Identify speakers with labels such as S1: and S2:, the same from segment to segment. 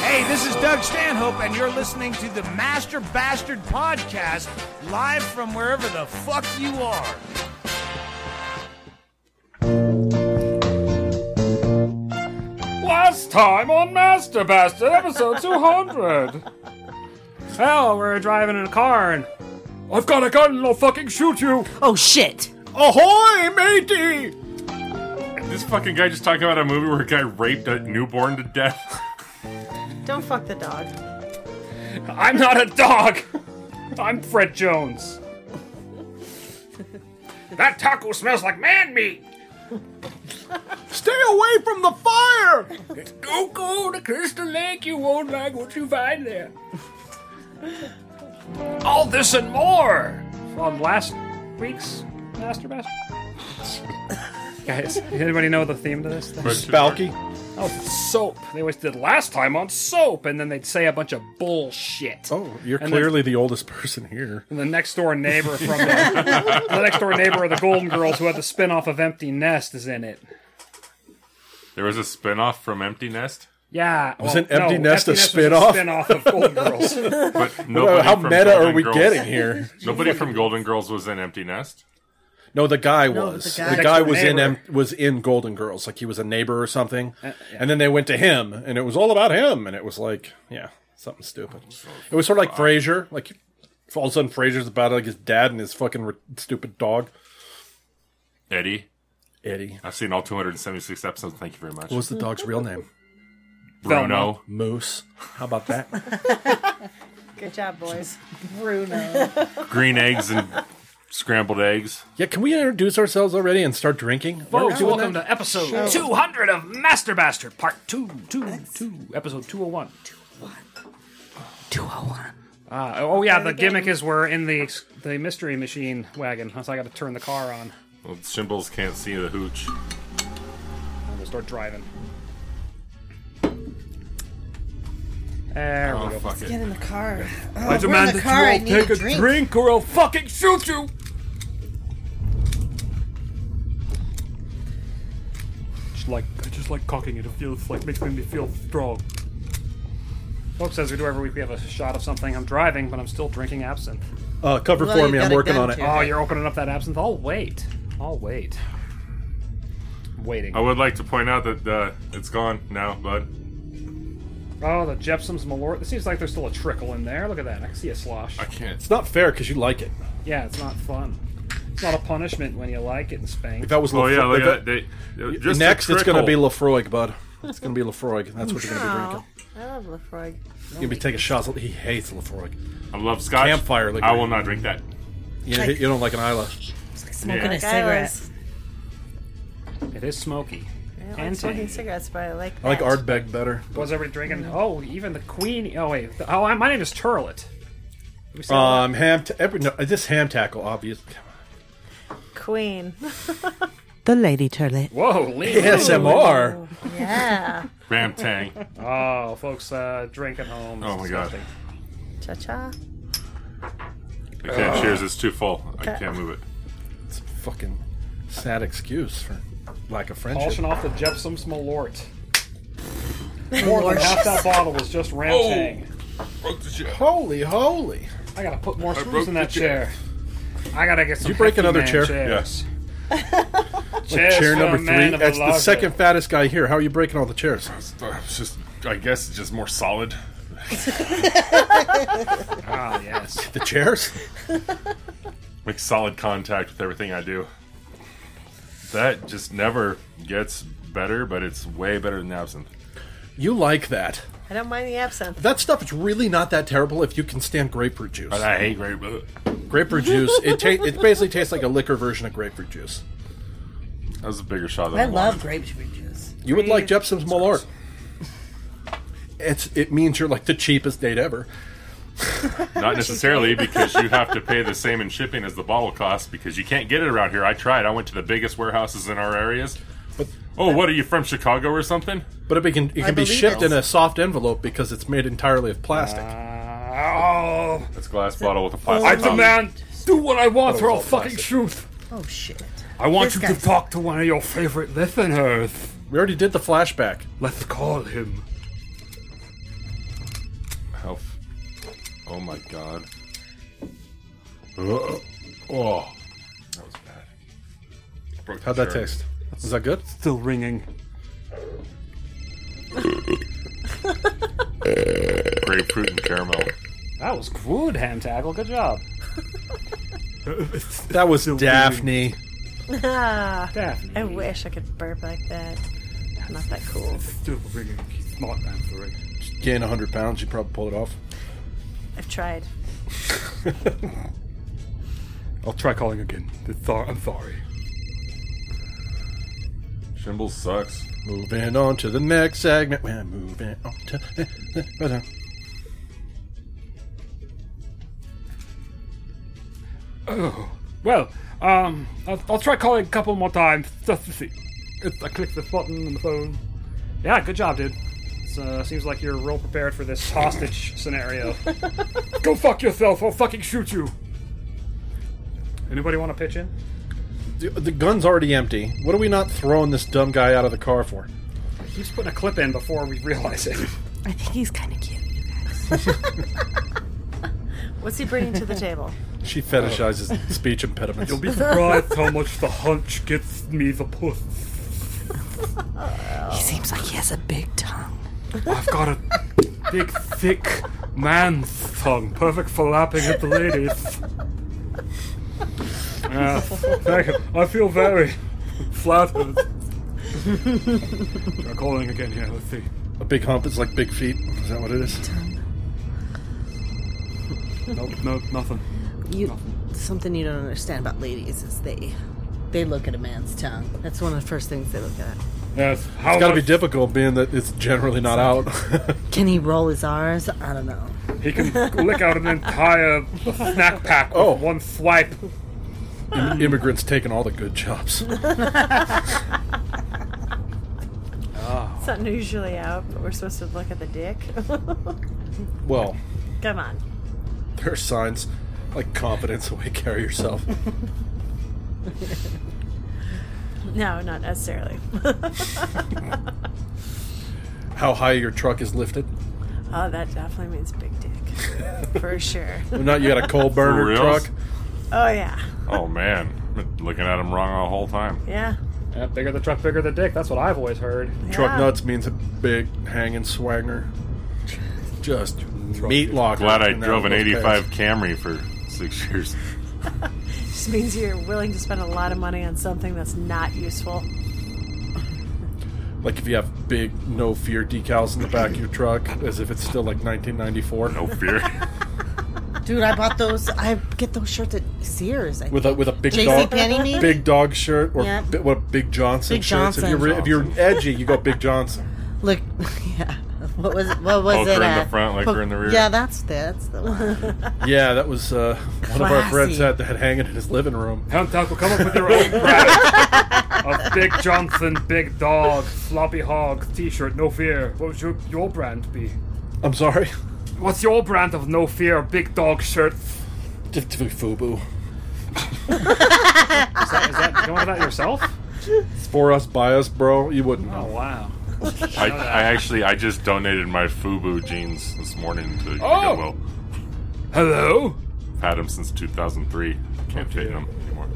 S1: Hey, this is Doug Stanhope, and you're listening to the Master Bastard Podcast live from wherever the fuck you are.
S2: Last time on Master Bastard, episode 200.
S3: Hell, we're driving in a car and
S2: I've got a gun and I'll fucking shoot you.
S4: Oh shit!
S2: Ahoy, matey! This fucking guy just talking about a movie where a guy raped a newborn to death.
S4: Don't fuck the dog.
S3: I'm not a dog. I'm Fred Jones.
S2: That taco smells like man meat.
S5: Stay away from the fire!
S2: Don't go to Crystal Lake, you won't like what you find there. All this and more.
S3: From last week's Master Master. Guys, does anybody know the theme to this thing?
S5: Balky.
S3: Oh, soap. They always did last time on soap, and then they'd say a bunch of bullshit.
S5: Oh, you're
S3: And
S5: clearly the oldest person here.
S3: And the next door neighbor from the, the next door neighbor of the Golden Girls, who had the spin off of Empty Nest, is in it.
S6: There was a spin-off from Empty Nest,
S3: Yeah.
S5: Wasn't
S3: well, no,
S5: Empty Nest a
S3: was
S5: spin-off?
S3: spin-off of Golden Girls.
S6: but nobody
S5: How
S6: from
S5: meta
S6: Golden
S5: are we
S6: Girls-
S5: getting here?
S6: Nobody from Golden Girls was in Empty Nest.
S5: No, the guy
S4: No,
S5: was.
S4: the
S5: The
S4: guy.
S5: guy,
S3: Next
S5: was in
S3: neighbor.
S5: em- was in Golden Girls, like he was a neighbor or something. And then they went to him, and it was all about him, and it was like, yeah, something stupid. It was sort of like Frasier. Like all of a sudden, Frasier's about like his dad and his fucking re- stupid dog
S6: Eddie,
S5: Eddie.
S6: I've seen all 276 episodes. Thank you very much.
S5: What was the dog's real name?
S6: Bruno?
S5: Moose. How about that?
S4: Good job, boys. Bruno.
S6: Green eggs and scrambled eggs.
S5: yeah, can we introduce ourselves already and start drinking? We're
S3: Folks,
S5: doing
S3: welcome
S5: that?
S3: to episode 200 of Master Bastard, part 2, 2, 2, episode 201.
S4: 201.
S3: Uh, oh, yeah, the gimmick is we're in the the mystery machine wagon, so I gotta turn the car on
S6: Well, symbols can't see the hooch.
S3: and we'll start driving. There we go.
S6: Fuck
S4: Get
S6: it.
S4: in the car. Oh, we're in the car. I need a drink.
S2: or I'll fucking shoot you. Just like I just like cocking it. It feels like makes me feel strong.
S3: Folks, as we do every week, we have a shot of something. I'm driving, but I'm still drinking absinthe.
S5: Uh, cover
S4: Well,
S5: for
S4: you
S5: me. I'm
S4: got a
S5: working
S4: gun,
S5: on it.
S4: too.
S3: Oh, you're opening up that absinthe? I'll wait. I'll wait. I'm waiting.
S6: I would like to point out that uh, it's gone now, bud.
S3: Oh, the Jepsum's Malort. It seems like there's still a trickle in there. Look at that. I can see a slosh.
S6: I can't.
S5: It's not fair because you like it.
S3: Yeah, it's not fun. It's not a punishment when you like it and spanked.
S5: If that was
S6: Oh
S5: Lafro-
S6: yeah, look
S5: if that-
S6: at that. They, uh, just a
S5: next, it's going to be
S6: trickle.
S5: Lafroig, bud. It's going to be Lafroig. That's what you're going to be drinking.
S4: I love Lefroy.
S5: You're going to be taking shots. He hates Lafroig.
S6: I love Scotch.
S5: Campfire liquor.
S6: I will not drink that.
S5: You, you don't like an eyelash.
S4: Smoking
S6: Yeah.
S4: a cigarette.
S3: It is smoky.
S4: I like
S3: And
S4: smoking
S3: tangy.
S4: cigarettes, but I like.
S5: I like
S4: that.
S5: Ardbeg better.
S3: Was everybody drinking? Oh, even the queen. Oh wait. The- Oh, I- my name is Turlet. We said
S5: Um, ham. T- every, no, this ham tackle, obvious.
S4: Queen.
S7: The lady turlet.
S3: that. Whoa, Lee.
S5: ASMR.
S4: Yeah.
S6: Ram Tang.
S3: Oh, folks, uh, drink at home.
S6: Oh my god.
S4: Cha cha.
S6: I can't. Cheers. It's too full. I can't move it.
S5: It's a fucking sad excuse for lack of
S3: Polishing
S5: friendship.
S3: off the Jepsum's Malort. More than half that bottle was just
S6: Oh.
S3: Ramtang.
S5: Holy, holy.
S3: I gotta put more
S6: broke
S3: screws in
S6: the
S3: that chair. I gotta get some.
S5: You break
S3: hefty
S5: another
S3: man
S5: chair?
S3: Chairs. Yes.
S5: Chair number three. That's the second fattest guy here. How are you breaking all the chairs?
S6: It's just. I guess it's just more solid.
S3: Ah, yes.
S5: The chairs?
S6: Make solid contact with everything I do. That just never gets better, but it's way better than absinthe.
S5: You like that.
S4: I don't mind the absinthe.
S5: That stuff is really not that terrible if you can stand grapefruit juice.
S6: But I hate grapefruit.
S5: Grapefruit juice. It ta- it basically tastes like a liquor version of grapefruit juice.
S6: That was a bigger shot than
S7: I
S6: wanted.
S7: love grapefruit juice.
S5: You would like Jepsum's Malort. It's it means you're like the cheapest date ever.
S6: Not necessarily because you have to pay the same in shipping as the bottle cost because you can't get it around here. I tried. I went to the biggest warehouses in our areas.
S5: But-
S6: oh, what are you from Chicago or something?
S5: But it can it can be
S4: believe
S5: shipped
S4: it.
S5: in a soft envelope because it's made entirely of plastic.
S3: Oh,
S6: That's a glass bottle with a plastic.
S3: I
S6: top.
S3: demand do what I want, or I'll
S5: all
S3: fucking
S5: plastic.
S3: shoot.
S4: Oh shit.
S3: I want
S4: This you to guy's-
S3: talk to one of your favorite listeners.
S5: we already did the flashback.
S3: Let's call him.
S6: Oh my god.
S5: Uh,
S6: Ugh. Oh, that was bad. Broke the
S5: How'd that
S6: shirt.
S5: taste? Is that good?
S3: Still ringing.
S6: Grapefruit and caramel.
S3: That was good, Ham Tackle. Good job.
S5: That was Daphne.
S4: Ah,
S3: Daphne.
S4: I wish I could burp like that. I'm not that cool.
S3: Still ringing. Smart man for it.
S5: Gain 100 pounds, you probably pull it off.
S4: I've tried.
S3: I'll try calling again. I'm sorry.
S6: Shimble sucks.
S5: Moving on to the next segment. We're moving on to.
S3: Well, um, I'll, I'll try calling a couple more times just to see. If I click this button on the phone. Yeah, good job, dude. It's, uh, seems like you're real prepared for this hostage scenario. Go fuck yourself! I'll fucking shoot you. Anybody want to pitch in?
S5: The, the gun's already empty. What are we not throwing this dumb guy out of the car for?
S3: He's putting a clip in before we realize it.
S7: I think he's kind of cute.
S4: What's he bringing to the table?
S5: She fetishizes speech impediments.
S3: You'll be surprised how much the hunch gets me the puss.
S7: He seems like he has a big tongue.
S3: I've got a big, thick man's tongue, perfect for lapping at the ladies. Yeah, thank you. I feel very flattered. Try calling again here. Let's see.
S5: A big hump is like big feet. Is that what it is?
S3: Nope, nope, nothing.
S7: You, something you don't understand about ladies is they, they look at a man's tongue. That's one of the first things they look at.
S3: Yes, how
S5: It's got to be
S3: much-
S5: difficult, being that it's generally not out.
S7: Can he roll his R's? I don't know.
S3: He can lick out an entire snack pack with
S5: Oh.
S3: one swipe.
S5: Immigrants taking all the good jobs.
S4: It's not usually out, but we're supposed to look at the dick.
S5: Well,
S4: Come on.
S5: there are signs like confidence, the way you carry yourself.
S4: No, not necessarily.
S5: how high your truck is lifted.
S4: Oh, that definitely means big dick. For sure.
S5: If not, you got a coal burner
S6: reals?
S5: truck.
S4: Oh, yeah.
S6: Oh man, Been looking at him wrong the whole time.
S4: Yeah.
S3: Yeah, bigger the truck, bigger the dick. That's what I've always heard.
S5: Truck
S4: yeah.
S5: nuts means a big hanging swanger. Just meat locker.
S6: Glad I
S5: in that
S6: drove an
S5: little
S6: 85
S5: pants.
S6: Camry for six years.
S4: Just means you're willing to spend a lot of money on something that's not useful.
S5: Like if you have big no fear decals in the back of your truck, as if it's still like 1994.
S6: No fear.
S7: Dude, I bought those. I get those shirts at Sears. I
S5: With a with a big
S7: J.C.
S5: dog,
S7: Penney me.
S5: big dog shirt or
S7: Yeah.
S5: bi- what big Johnson
S7: Big
S5: shirts. If you're
S7: Johnson.
S5: if you're edgy, you go big Johnson.
S7: Look, yeah. What was it? What was
S6: Poker
S7: it?
S6: in the
S7: at?
S6: front, liquor in the rear.
S7: Yeah, that's that's the one.
S5: Yeah, that was uh, one of our friends
S7: Classy.
S5: had that hanging in his living room.
S3: Hound Tackle, come up with your own brand of Big Johnson, Big Dog, Floppy Hog T-shirt. No fear. What would your, your brand be?
S5: I'm sorry.
S3: What's your brand of No Fear Big Dog shirts? Is
S5: Fubu.
S3: that, is that you want that yourself?
S5: It's for us, by us, bro. You wouldn't
S3: Oh
S5: know.
S3: wow.
S6: I, I actually, I just donated my Fubu jeans this morning to
S3: Oh!
S6: Goodwill.
S3: Hello.
S6: Had them since 2003. Can't fit in them anymore.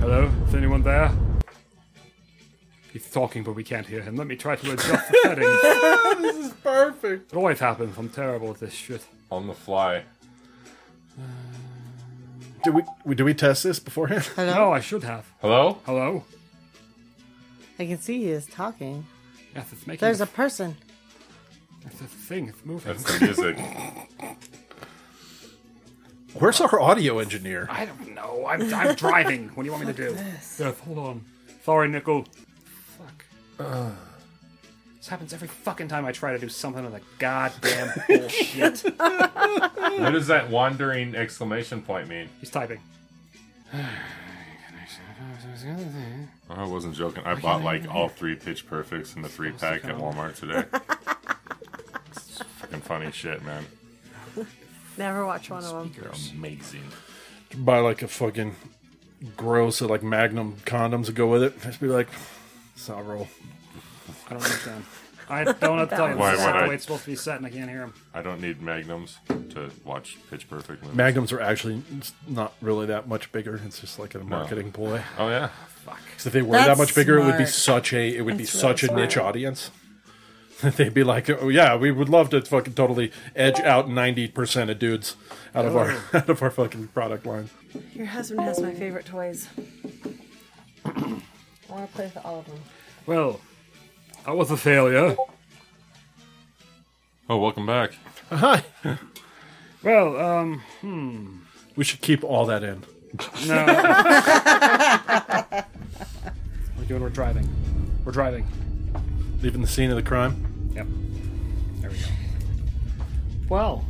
S3: Hello. Is anyone there? He's talking, but we can't hear him. Let me try to adjust the settings.
S5: Perfect.
S3: It always happens. I'm terrible at this shit.
S6: On the fly.
S5: Do we, we do we test this beforehand?
S3: No, I should have.
S6: Hello?
S3: Hello.
S7: I can see he is talking.
S3: Yes, it's making.
S7: There's
S3: a,
S7: a person.
S3: it's a thing. It's moving.
S6: That's the music.
S5: Where's our audio engineer?
S3: I don't know. I'm, I'm driving. What do you want me to do? Yes, hold on. Sorry, Nickel. Fuck. This happens every fucking time I try to do something with a goddamn bullshit.
S6: what does that wandering exclamation point mean?
S3: He's typing.
S6: Oh, I wasn't joking. I bought like all three Pitch Perfects in the three pack at Walmart today. It's fucking funny shit, man.
S4: Never watch one of them.
S6: They're amazing.
S5: Buy like a fucking gross of like Magnum condoms to go with it. Just be like, it's not roll.
S3: I don't understand. I don't have to tell you.
S6: Why
S3: This is
S6: would
S3: not the
S6: I?
S3: way it's supposed to be set, and I can't hear him.
S6: I don't need magnums to watch Pitch Perfect movies.
S5: Magnums are actually not really that much bigger. It's just like a marketing ploy.
S6: oh yeah,
S5: 'Cause if they were
S7: That's
S5: that much bigger, it would be
S7: smart.
S5: such a it would be
S7: That's
S5: such a
S7: really
S5: niche
S7: smart.
S5: audience. They'd be like, oh yeah, we would love to fucking totally edge out ninety percent of dudes out of our out of our fucking product line.
S4: Your husband has my favorite toys.
S7: I want to play with all of them.
S3: Well, I was a failure.
S6: Oh, welcome back.
S5: Hi.
S3: Well, um,
S5: We should keep all that in.
S3: no. we're doing. We're driving. We're driving.
S5: Leaving the scene of the crime.
S3: Yep. There we go. Well.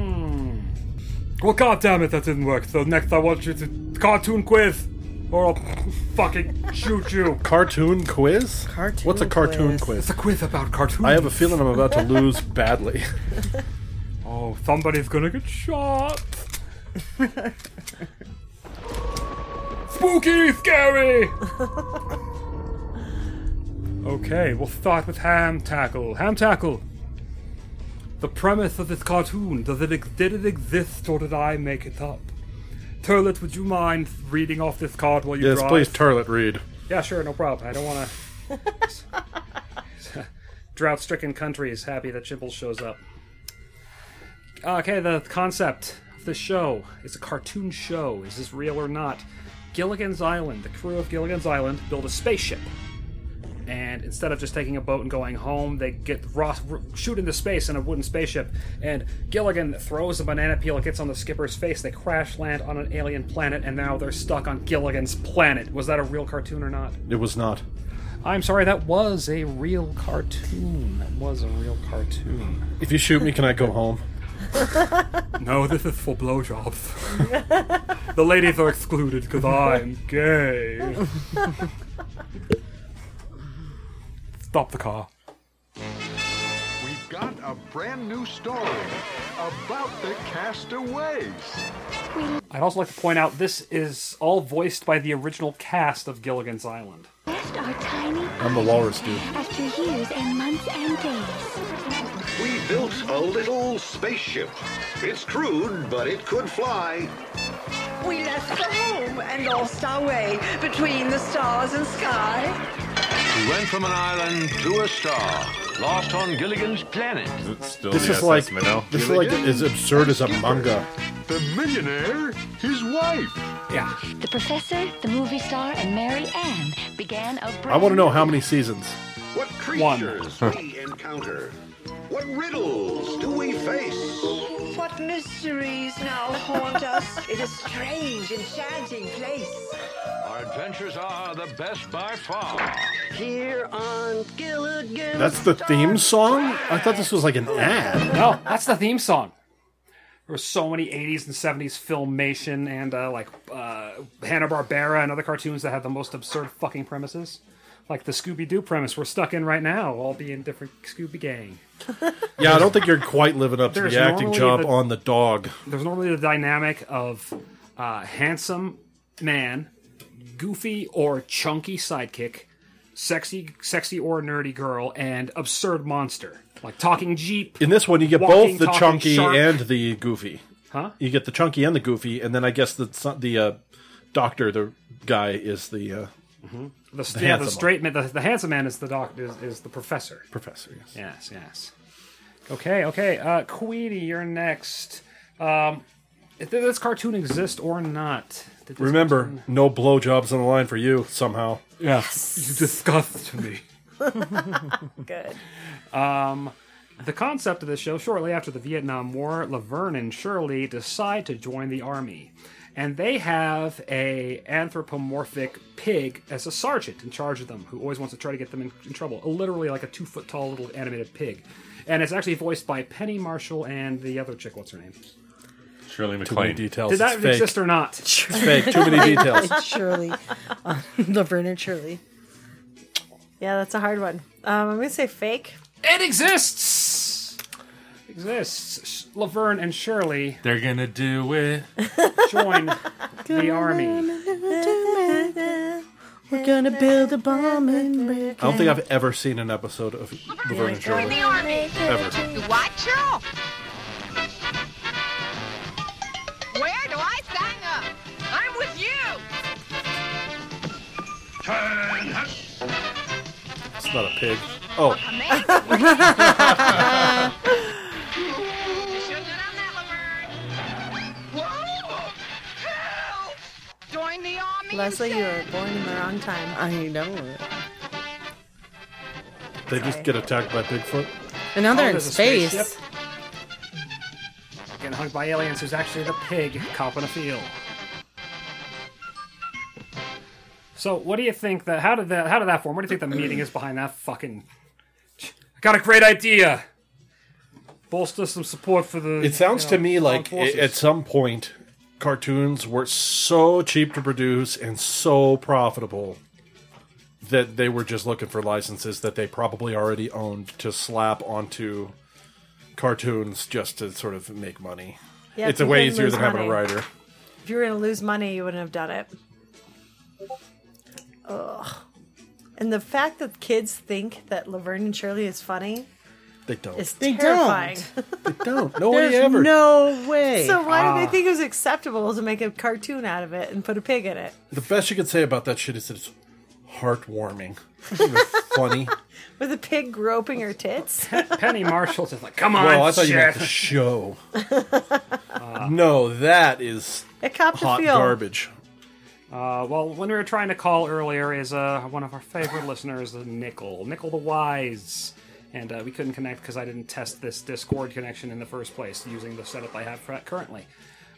S3: Hmm. Hmm. Well, god damn it, that didn't work. So next, I want you to cartoon quiz, or I'll fucking shoot you.
S5: Cartoon quiz.
S7: Cartoon
S5: What's a cartoon
S7: quiz.
S5: quiz?
S3: It's a quiz about cartoons.
S5: I have a feeling I'm about to lose badly.
S3: Oh, somebody's gonna get shot. Spooky, scary. okay, we'll start with ham tackle. Ham tackle. The premise of this cartoon does it ex- did it exist or did I make it up? Turlet, would you mind reading off this card while you
S5: yes,
S3: drive?
S5: please, Turlet Reed.
S3: Yeah, sure, no problem. I don't want to. Drought stricken countries happy that Chimple shows up. Okay, the concept of the show it's a cartoon show. Is this real or not? Gilligan's Island, the crew of Gilligan's Island build a spaceship. And instead of just taking a boat and going home, they get Ross r- shoot into space in a wooden spaceship. And Gilligan throws a banana peel, it gets on the skipper's face. They crash land on an alien planet, and now they're stuck on Gilligan's planet. Was that a real cartoon or not?
S5: It was not.
S3: I'm sorry, that was a real cartoon. That was a real cartoon.
S5: If you shoot me, can I go home?
S3: No, this is for blowjobs. the ladies are excluded because I'm gay. Stop the car.
S8: We've got a brand new story about the castaways.
S3: I'd also like to point out this is all voiced by the original cast of Gilligan's Island.
S9: left our tiny
S5: I'm the walrus dude.
S9: after years and months and days.
S8: We built a little spaceship. It's crude, but it could fly.
S10: We left the home and lost our way between the stars and sky.
S8: We went from an island to a star, lost on Gilligan's planet.
S6: Is it still
S5: This
S6: the
S5: is
S6: SS
S5: like
S6: Minnow?
S5: this is like as absurd as a manga.
S8: The millionaire, his wife.
S3: Yeah.
S9: The professor, the movie star, and Mary Ann began a
S5: I want to know how many seasons.
S8: What creatures we encounter. What riddles do we face?
S10: What mysteries now haunt us in a strange, enchanting place.
S8: Our adventures are the best by far.
S10: Here on Gilligan.
S5: That's the theme song? I thought this was like an ad.
S3: No, that's the theme song. There were so many 80s and 70s filmation and uh, like uh, Hanna Barbera and other cartoons that had the most absurd fucking premises, like the Scooby Doo premise we're stuck in right now, all being different Scooby Gang.
S5: Yeah, I don't think you're quite living up to
S3: There's
S5: the acting
S3: normally
S5: job
S3: the-
S5: on the dog.
S3: There's normally the dynamic of uh, handsome man, goofy or chunky sidekick, sexy, sexy or nerdy girl, and absurd monster like talking jeep.
S5: In this one, you get
S3: Walking,
S5: both the
S3: talking
S5: chunky
S3: shark.
S5: and the goofy.
S3: Huh?
S5: You get the chunky and the goofy, and then I guess the son- the uh, doctor, the guy, is the uh,
S3: The, yeah, the
S5: handsome
S3: straight man, the, the handsome man is the doc is, is the professor.
S5: professor. Yes.
S3: Yes, yes. Okay, okay. Uh, Queenie, you're next. Um, did this cartoon exist or not? Did this
S5: Remember, no blowjobs on the line for you somehow.
S3: cartoon- you disgust me.
S4: Good.
S3: The concept of the show shortly after the Vietnam War, Laverne and Shirley decide to join the army, and they have a anthropomorphic pig as a sergeant in charge of them, who always wants to try to get them in, in trouble. Literally, like a two foot tall little animated pig, and it's actually voiced by Penny Marshall and the other chick. What's her name?
S6: Shirley
S5: Too many
S6: MacLaine.
S5: details.
S3: Did that
S5: it's fake.
S3: exist or not?
S5: It's fake. Too many details.
S7: Shirley. Uh, Laverne and Shirley.
S4: Yeah, that's a hard one. Um, I'm gonna say fake.
S3: It exists. Exists. Laverne and Shirley
S6: They're gonna do it.
S3: join the army.
S7: We're gonna build a bomb and break
S5: I don't think
S7: it.
S5: I've ever seen an episode of The Vernon Shore. Ever.
S11: Watch out! Where do I sign up? I'm with you!
S5: It's not a pig. Oh.
S11: Join the army.
S4: Leslie, you were born in the wrong time.
S7: I know.
S5: They just get attacked by Bigfoot.
S7: And now they're
S3: Oh,
S7: in
S3: there's a
S7: space.
S3: spaceship. Getting hugged by aliens who's actually the pig cop in a field. So, what do you think that? How did that? How did that form? What do you think the meeting is behind that fucking? I got a great idea. Bolster some support for the.
S5: It sounds
S3: you know,
S5: to me like
S3: armed forces.
S5: i- at some point, cartoons were so cheap to produce and so profitable that they were just looking for licenses that they probably already owned to slap onto cartoons just to sort of make money.
S4: Yeah,
S5: it's a
S4: people
S5: way easier
S4: lose
S5: than having a
S4: money.
S5: writer.
S4: If you were going to lose money, you wouldn't have done it. Ugh. And the fact that kids think that Laverne and Shirley is funny
S5: They don't.
S4: is
S7: They don't.
S4: terrifying.
S5: don't. Nobody
S7: There's
S5: ever.
S7: no way.
S4: so why do
S5: Ah.
S4: they think it was acceptable to make a cartoon out of it and put a pig in it
S5: The best you could say about that shit is that it's heartwarming. It's funny.
S4: with a pig groping her tits?
S3: Penny Marshall's just like, come on,
S5: well, I thought you meant the
S3: shit."
S5: show. no, that is
S4: It copped
S5: hot
S4: a feel.
S5: garbage.
S3: Uh, well, when we were trying to call earlier, is uh, one of our favorite listeners, Nickel, Nickel the Wise, and uh, we couldn't connect because I didn't test this Discord connection in the first place using the setup I have for- currently.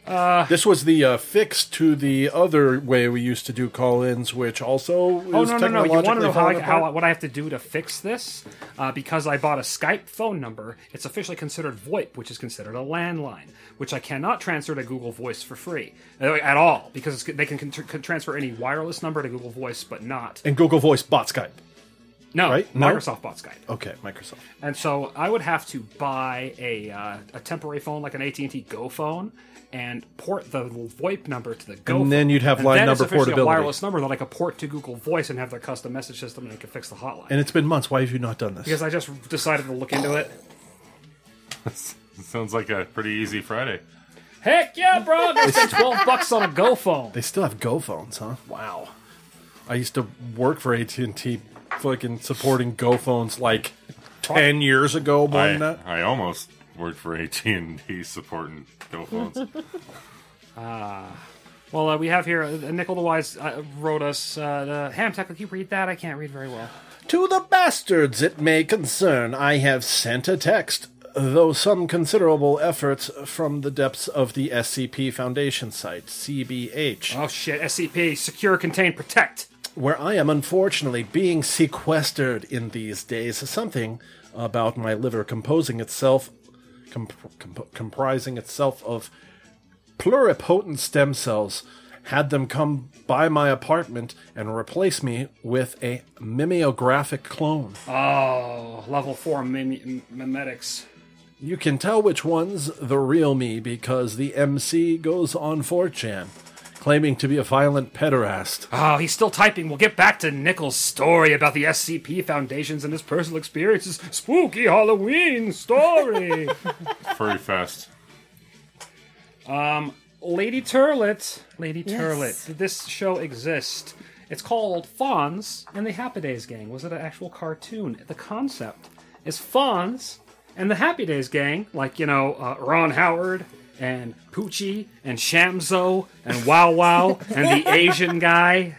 S5: This was the uh, fix to the other way we used to do call-ins, which also
S3: Oh
S5: is
S3: no, no, no! You
S5: technologically
S3: want to know how, I,
S5: falling
S3: how I-
S5: apart.
S3: what I have to do to fix this? Uh, because I bought a Skype phone number. It's officially considered VoIP, which is considered a landline, which I cannot transfer to Google Voice for free uh, at all because it's, they can, con- can transfer any wireless number to Google Voice, but not
S5: and Google Voice bought Skype.
S3: no
S5: Right? No?
S3: Microsoft bought Skype.
S5: Okay, Microsoft.
S3: And so I would have to buy a uh, a temporary phone like an AT and T Go phone and port the VoIP number to the Go.
S5: And then
S3: phone.
S5: you'd have
S3: And
S5: line
S3: then it's
S5: number
S3: officially
S5: portability.
S3: A wireless number that I could port to Google Voice and have their custom message system and I could fix the hotline.
S5: And it's been months. Why have you not done this?
S3: because I just decided to look into it.
S6: Sounds like a pretty easy Friday.
S3: Heck yeah, bro! I spent twelve bucks on a Go phone.
S5: They still have Go phones, huh? Wow. I used to work for AT and T, fucking supporting Go phones like ten years ago. More than
S6: I,
S5: that.
S6: I almost worked for AT and T supporting go phones.
S3: Well, uh, we have here uh, Nickel the Wise uh, wrote us. Uh, the, Ham Tech, can you read that? I can't read very well.
S5: To the bastards it may concern, I have sent a text, though some considerable efforts from the depths of the SCP Foundation site, CBH,
S3: Oh shit! SCP: Secure, Contain, Protect.
S5: where I am unfortunately being sequestered in these days. Something about my liver composing itself, comp- comp- comprising itself of pluripotent stem cells, had them come by my apartment and replace me with a mimeographic clone.
S3: Oh, level four mim- mimetics.
S5: You can tell which one's the real me because the MC goes on 4chan, claiming to be a violent pederast.
S3: Oh, he's still typing. We'll get back to Nichols' story about the SCP Foundations and his personal experiences. Spooky Halloween story.
S6: Furry fest.
S3: Lady Turlet. Lady
S7: Yes.
S3: Turlet. Did this show exist? It's called Fawns and the Happy Days Gang. Was it an actual cartoon? The concept is Fawns and the Happy Days Gang, like, you know, uh, Ron Howard and Poochie and Shamzo and Wow Wow and the Asian guy.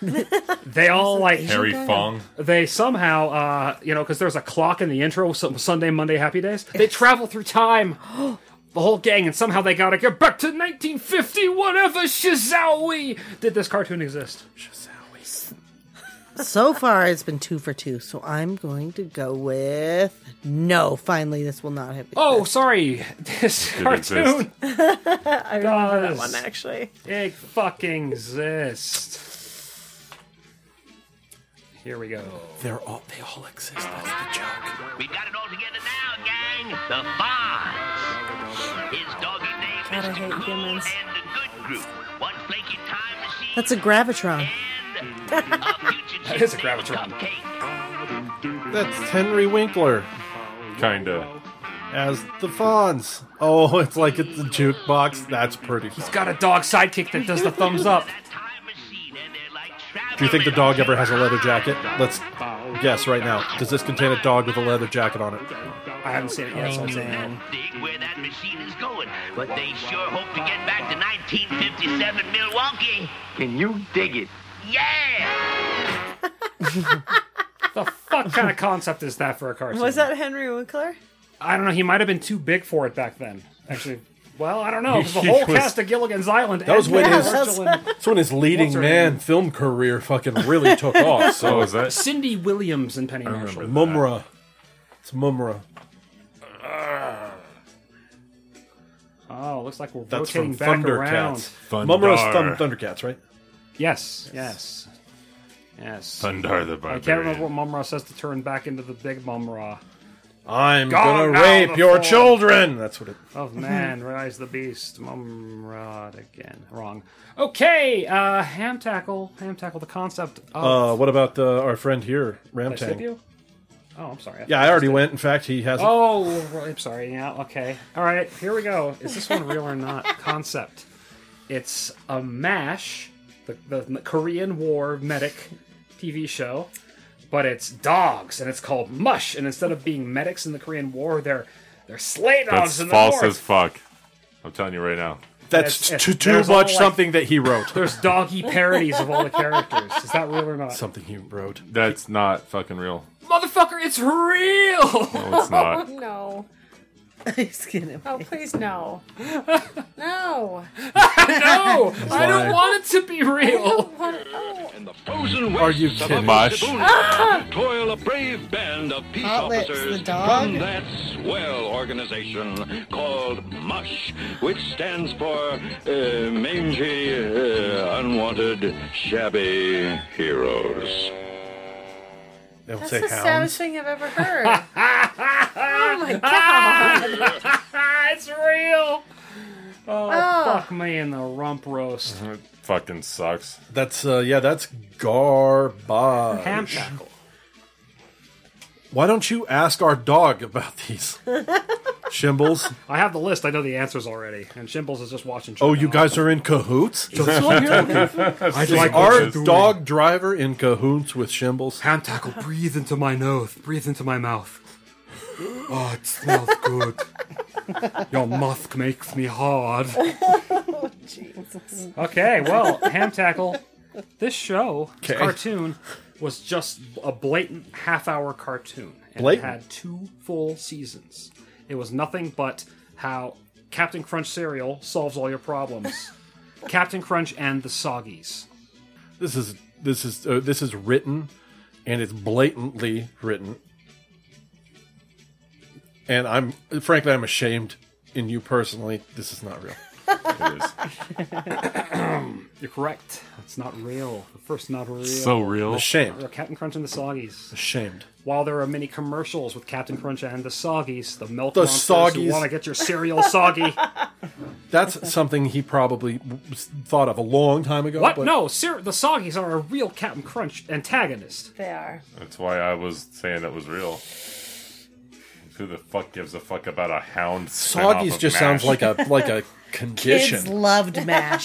S3: they all like
S6: Harry Fong.
S3: they somehow, uh, you know, because there's a clock in the intro, some Sunday, Monday, Happy Days. They travel through time, the whole gang, and somehow they gotta get back to 1950, whatever. Shazowie! Did this cartoon exist?
S7: so far, it's been two for two. So I'm going to go with no. Finally, this will not have.
S3: Oh,
S7: exist.
S3: sorry, this
S6: Did
S3: cartoon
S4: I remember that one
S3: does
S4: actually.
S3: it fucking exist. Here we go.
S5: They're all they all exist. That's the joke.
S12: We got it all together now, gang. The Fonz. His doggy name
S4: God, I
S12: is
S4: hate
S12: Cool
S4: humans.
S12: and the Good Group. One flaky time machine
S7: that's a gravitron.
S12: and
S3: That is a Gravitron.
S5: That's Henry Winkler.
S6: Kinda.
S5: As the Fonz. Oh, it's like it's a jukebox. That's pretty. He's
S3: got a dog sidekick that does the thumbs up.
S5: Do you think the dog ever has a leather jacket? Let's guess right now. Does this contain a dog with a leather jacket on it?
S3: I haven't seen it yet, so I'm saying.
S12: Where that machine is going, but they sure hope to get back to 1957 Milwaukee.
S13: Can you dig it?
S12: Yeah!
S3: The fuck kind of concept is that for a cartoon?
S4: Was that Henry Winkler?
S3: I don't know. He might have been too big for it back then. Actually, well, I don't know. 'cause The
S5: He
S3: whole
S5: was-
S3: cast of Gilligan's Island.
S5: That was
S3: and
S5: when
S3: Mark
S5: his
S3: Churchill and-
S5: that's when his leading
S3: What's her
S5: man
S3: name?
S5: film career fucking really took off. So
S6: is that
S3: Cindy Williams and Penny Marshall?
S5: Mumra? It's Mumra.
S3: Oh, looks like we're
S5: That's
S3: rotating
S5: from
S3: back around.
S5: Thundercats. Mumra's Thun- Thundercats, right?
S3: Yes, yes, yes.
S6: Thunder the
S3: I can't remember what Mumra says to turn back into the big Mumra.
S5: I'm
S3: Gone
S5: gonna
S3: now
S5: rape
S3: the
S5: your
S3: fall
S5: children. That's what it.
S3: Of Oh, man, rise the beast, Mumrod again. Wrong. Okay, uh, ham tackle, ham tackle. The concept of
S5: Uh, what about uh, our friend here,
S3: Oh. Did I skip
S5: Ramtang?
S3: you? Oh, I'm sorry.
S5: Yeah, I already went. In fact, he hasn't.
S3: Oh, right, I'm sorry. Yeah, okay. All right, here we go. Is this one real or not? Concept. It's a MASH, the, the, Korean War medic TV show, but it's dogs, and it's called Mush. And instead of being medics in the Korean War, they're they're sleigh dogs
S6: That's
S3: in the
S6: false
S3: north.
S6: as fuck. I'm telling you right now.
S5: That's
S3: It's-
S5: too,
S3: it's-
S5: too
S3: there's
S5: much
S3: all, like-
S5: something that he wrote.
S3: There's doggy parodies of all the characters. Is that real or not?
S5: something he wrote.
S6: That's not fucking real.
S3: Motherfucker, it's real.
S6: No, it's not.
S4: no. Oh, please, no. No.
S3: no, I don't
S5: lying.
S3: want it to be real.
S5: Are you kidding?
S6: Mush.
S14: Toil a brave band of peace
S7: Outlets,
S14: officers
S7: the dog.
S14: from that swell organization called MUSH, which stands for uh, Mangy uh, Unwanted Shabby Heroes.
S5: They don't
S4: That's
S5: say
S4: the
S5: hounds.
S4: saddest thing I've ever heard. oh my god.
S3: it's real. Oh,
S4: Oh.
S6: Ah.
S3: fuck me in the rump roast.
S6: It fucking sucks.
S5: That's uh, yeah. That's garbage.
S3: Ham tackle.
S5: Why don't you ask our dog about these shimbles?
S3: I have the list. I know the answers already. And Shimbles is just watching.
S5: Oh, you guys are in cahoots.
S3: I
S5: Is our dog driver in cahoots with shimbles?
S3: Ham tackle, breathe into my nose. Breathe into my mouth. Oh, it smells good. Your musk makes me hard.
S4: Jesus.
S3: Okay, well, Ham Tackle, this show, this
S5: Okay.
S3: cartoon, was just a blatant half hour cartoon. And
S5: Blatant?
S3: It had two full seasons. It was nothing but how Captain Crunch cereal solves all your problems. Captain Crunch and the Soggies.
S5: This is this is uh, this is written, and it's blatantly written. And I'm frankly I'm ashamed in you personally. This is not real.
S6: It is.
S3: You're correct. That's not real. The first not real.
S6: So real.
S5: Ashamed.
S3: Captain Crunch and the Soggies.
S5: Ashamed.
S3: While there are many commercials with Captain Crunch and the Soggies, the milk
S5: The
S3: monsters
S5: Soggies.
S3: who want to get your cereal soggy.
S5: That's something he probably w- s- thought of a long time ago.
S3: what?
S5: but-
S3: No, ser- the Soggies are a real Captain Crunch antagonist.
S4: They are.
S6: That's why I was saying it was real. Who the fuck gives a fuck about a hound? spin-off
S5: Soggies
S6: of
S5: just
S6: MASH?
S5: sounds like a like a
S7: Kids
S5: condition.
S7: loved MASH.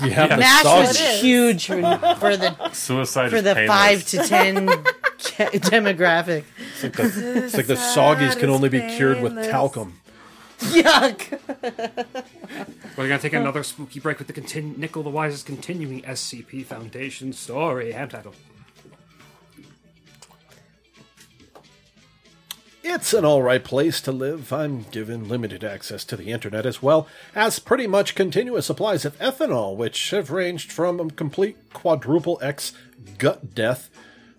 S5: You have the
S7: MASH was
S5: Soggies.
S7: huge for, for the
S6: suicide
S7: for
S6: is
S7: the
S6: painless.
S7: five to ten ge- demographic.
S5: It's like the, it's like the soggies can only be cured with talcum.
S7: Yuck.
S3: Oh. We're going to take another spooky break with the contin- Nickel the Wise's continuing SCP Foundation story. Ham title.
S5: It's an alright place to live. I'm given limited access to the internet as well as pretty much continuous supplies of ethanol, which have ranged from a complete quadruple X gut death,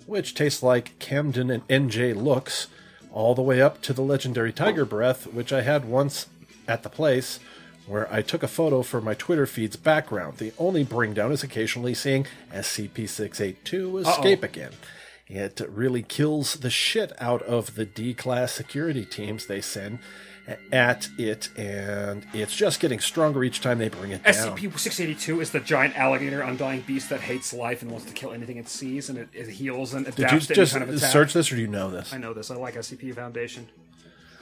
S5: which tastes like Camden and NJ looks, all the way up to the legendary tiger breath, which I had once at the place where I took a photo for my Twitter feed's background. The only bring down is occasionally seeing SCP 682 escape again. It really kills the shit out of the D class security teams they send, at it, and it's just getting stronger each time they bring it down.
S3: SCP 682 is the giant alligator, undying beast that hates life and wants to kill anything it sees, and it, it heals and
S5: Did
S3: adapts to
S5: you just
S3: any kind of attack.
S5: search this, or do you know this?
S3: I know this. I like SCP Foundation.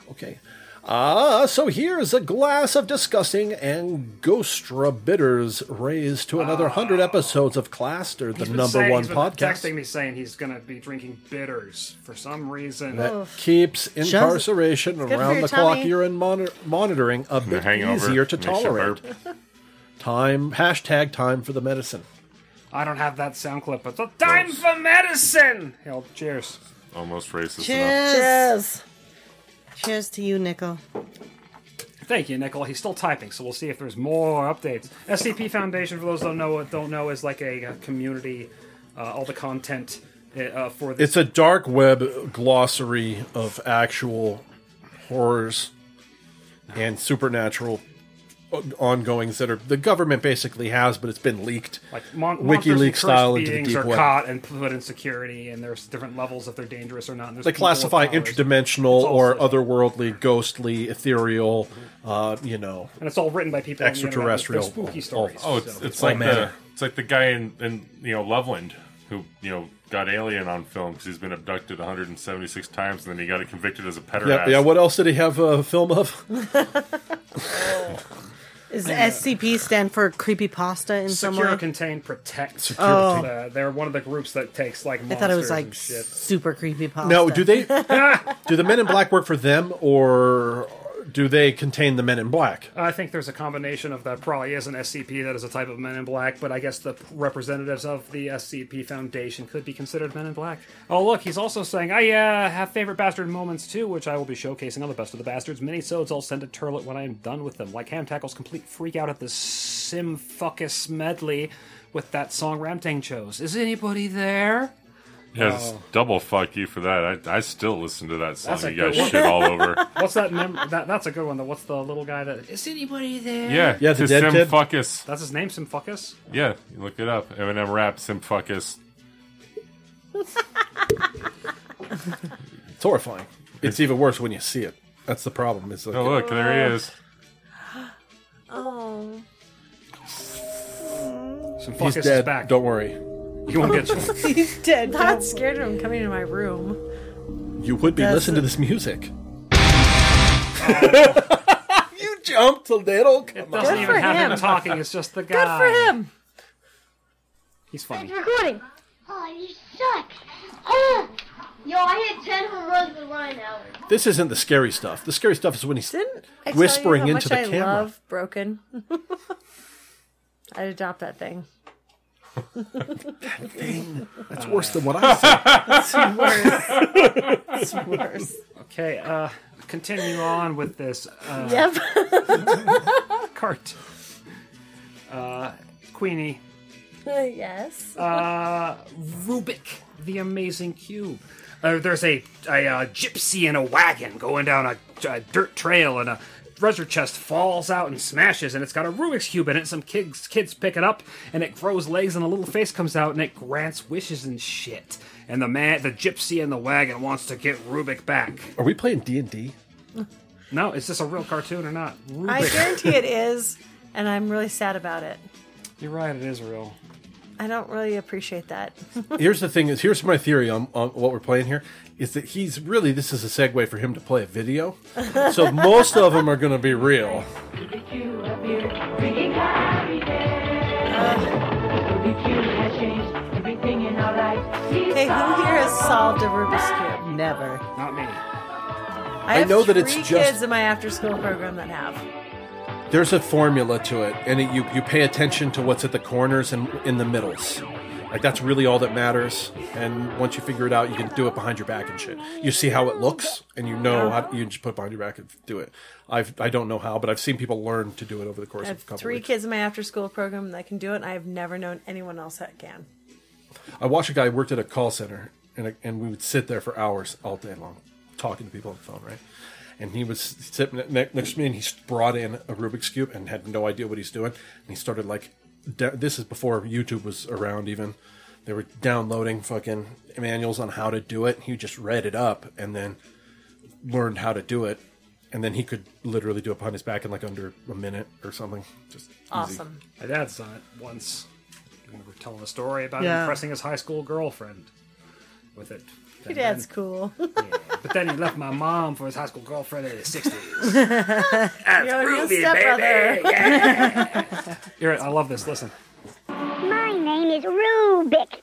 S5: Okay. Ah, so here's a glass of disgusting and Ghostra bitters raised to another hundred episodes of Claster,
S3: Ah.
S5: the
S3: He's been
S5: number
S3: saying-
S5: one
S3: he's been
S5: podcast
S3: Texting me saying he's going to be drinking bitters for some reason.
S5: that keeps incarceration
S3: It's good for
S5: around
S3: your
S5: the clock
S3: tummy.
S5: urine monitor- monitoring a bit
S3: hangover
S5: easier to
S3: makes you
S5: tolerate. Time hashtag time for the medicine.
S3: I don't have that sound clip, but the time for medicine. Hell, cheers.
S6: Almost racist.
S7: Cheers. Cheers. Cheers to you, Nickel.
S3: Thank you, Nicole. He's still typing, so we'll see if there's more updates. SCP Foundation, for those don't know, don't know, is like a, uh community. Uh, all the content uh, uh, for this.
S5: It's a dark web glossary of actual horrors and supernatural o- ongoings that are the government basically has, but it's been leaked
S3: like mon- monsters and
S5: WikiLeaks
S3: cursed
S5: style into the
S3: beings
S5: deep
S3: are
S5: web.
S3: caught and put in security, and there's different levels if they're dangerous or not. and there's
S5: they
S3: people with
S5: classify
S3: powers.
S5: interdimensional or otherworldly, ghostly, ethereal, uh, you know,
S3: and it's all written by people on the internet. They're
S5: extraterrestrial.
S3: spooky
S5: all-
S3: stories.
S6: Oh, it's,
S3: So-
S6: it's
S5: Oh,
S6: like
S5: man.
S6: the it's like the guy in, in you know Loveland who you know got Alien on film because he's been abducted 176 times and then he got it convicted as a pederast.
S5: Yeah, yeah. What else did he have a film of?
S7: Is SCP stand for creepy pasta in some
S3: Secure,
S7: way?
S3: contain, protect.
S7: Secure, Oh. contain.
S3: Uh, they're one of the groups that takes like.
S7: I thought it
S3: monsters
S7: was
S3: and
S7: like
S3: shit.
S7: super creepy pasta.
S5: No, do they do the Men in Black work for them, or do they contain the Men in Black?
S3: I think there's a combination of that. Probably is an SCP that is a type of Men in Black, but I guess the representatives of the SCP Foundation could be considered Men in Black. Oh, look, he's also saying I uh, have favorite bastard moments too, which I will be showcasing on the Best of the Bastards mini sodes. I'll send a turlet when I am done with them, like Ham Tackle's complete freak out at the Simfuckus medley with that song Ramtang chose. Is anybody there?
S6: Yeah, it's
S3: Oh.
S6: double fuck you for that. I, I still listen to that song.
S3: That's a
S6: You guys
S3: good one.
S6: shit all over.
S3: What's that? Mem- that that's a good one. Though. What's the little guy that? Is anybody there?
S6: Yeah, Yeah, the to dead kid. Simfuckus.
S3: That's his name, Simfuckus.
S6: Yeah, you look it up. Eminem rap Simfuckus.
S5: It's horrifying. It's even worse when you see it. That's the problem. It's like,
S6: Oh look, there he is.
S7: Oh.
S5: He's
S3: Simfuckus is
S5: dead.
S3: back.
S5: Don't worry.
S3: You won't get
S4: He's dead. Not scared of him coming into my room.
S5: You would be.
S4: That's
S5: Listen
S4: the-
S5: to this music. you jumped a little. Come
S3: Doesn't
S5: on.
S3: even have him. talking. It's just the guy.
S5: Ah.
S4: him.
S3: He's funny.
S13: recording. Oh, you suck. Oh, yo, I hit ten home runs with Ryan Howard.
S5: This isn't the scary stuff. The scary stuff is when he's
S4: I tell you
S5: whispering
S4: how
S5: into
S4: much
S5: the
S4: I
S5: camera.
S4: love broken. I'd adopt that thing.
S5: That's worse than what I said.
S4: It's worse.
S3: Okay, uh, continue on with this. Uh,
S5: Ah.
S4: Yep.
S3: cart. Uh, Queenie.
S4: yes.
S3: Uh, Rubik, the amazing cube. Uh, there's a, a, uh gypsy in a wagon going down a, a dirt trail, and a treasure chest falls out and smashes, and it's got a Rubik's cube in it. Some kids kids pick it up, and it grows legs, and a little face comes out, and it grants wishes and shit. And the man, the gypsy in the wagon, wants to get Rubik back.
S5: Are we playing D and D?
S3: No, is this a real cartoon or not?
S4: I
S3: Rubik.
S4: guarantee it is, and I'm really sad about it.
S3: You're right, it is real.
S4: I don't really appreciate that.
S5: Here's the thing: is here's my theory on, on what we're playing here is that he's really this is a segue for him to play a video. So most of them are going to be real.
S13: Uh,
S4: Okay, who here has solved a Rubik's Cube?
S7: Never.
S3: Not me.
S4: I,
S5: I
S4: have
S5: know that it's
S4: three
S5: just-
S4: kids in my after-school program that have.
S5: There's a formula to it, and it, you you pay attention to what's at the corners and in the middles. Like that's really all that matters. And once you figure it out, you can do it behind your back and shit. You see how it looks, and you know how you just put it behind your back and do it. I've I don't know how, but I've seen people learn to do it over the
S4: I
S5: course of
S4: have
S5: a couple.
S4: three kids in my after-school program that can do it, and I have never known anyone else that can.
S5: I watched a guy who worked at a call center, and and we would sit there for hours all day long, talking to people on the phone, right? And he was sitting ne- next to me, and he brought in a Rubik's cube and had no idea what he's doing. And he started like, da- this is before YouTube was around, even. They were downloading fucking manuals on how to do it. He just read it up and then learned how to do it and then he could literally do it behind his back in like under a minute or something. Just easy.
S4: Awesome.
S3: My dad's done it once. We were telling a story about
S4: Yeah.
S3: him impressing his high school girlfriend with it.
S4: Your dad's cool.
S3: But then he left my mom for his high school girlfriend in the 60s.
S4: You're your
S3: groovy,
S4: stepbrother.
S3: baby. You're right, I love this. Listen.
S13: My name is Rubik.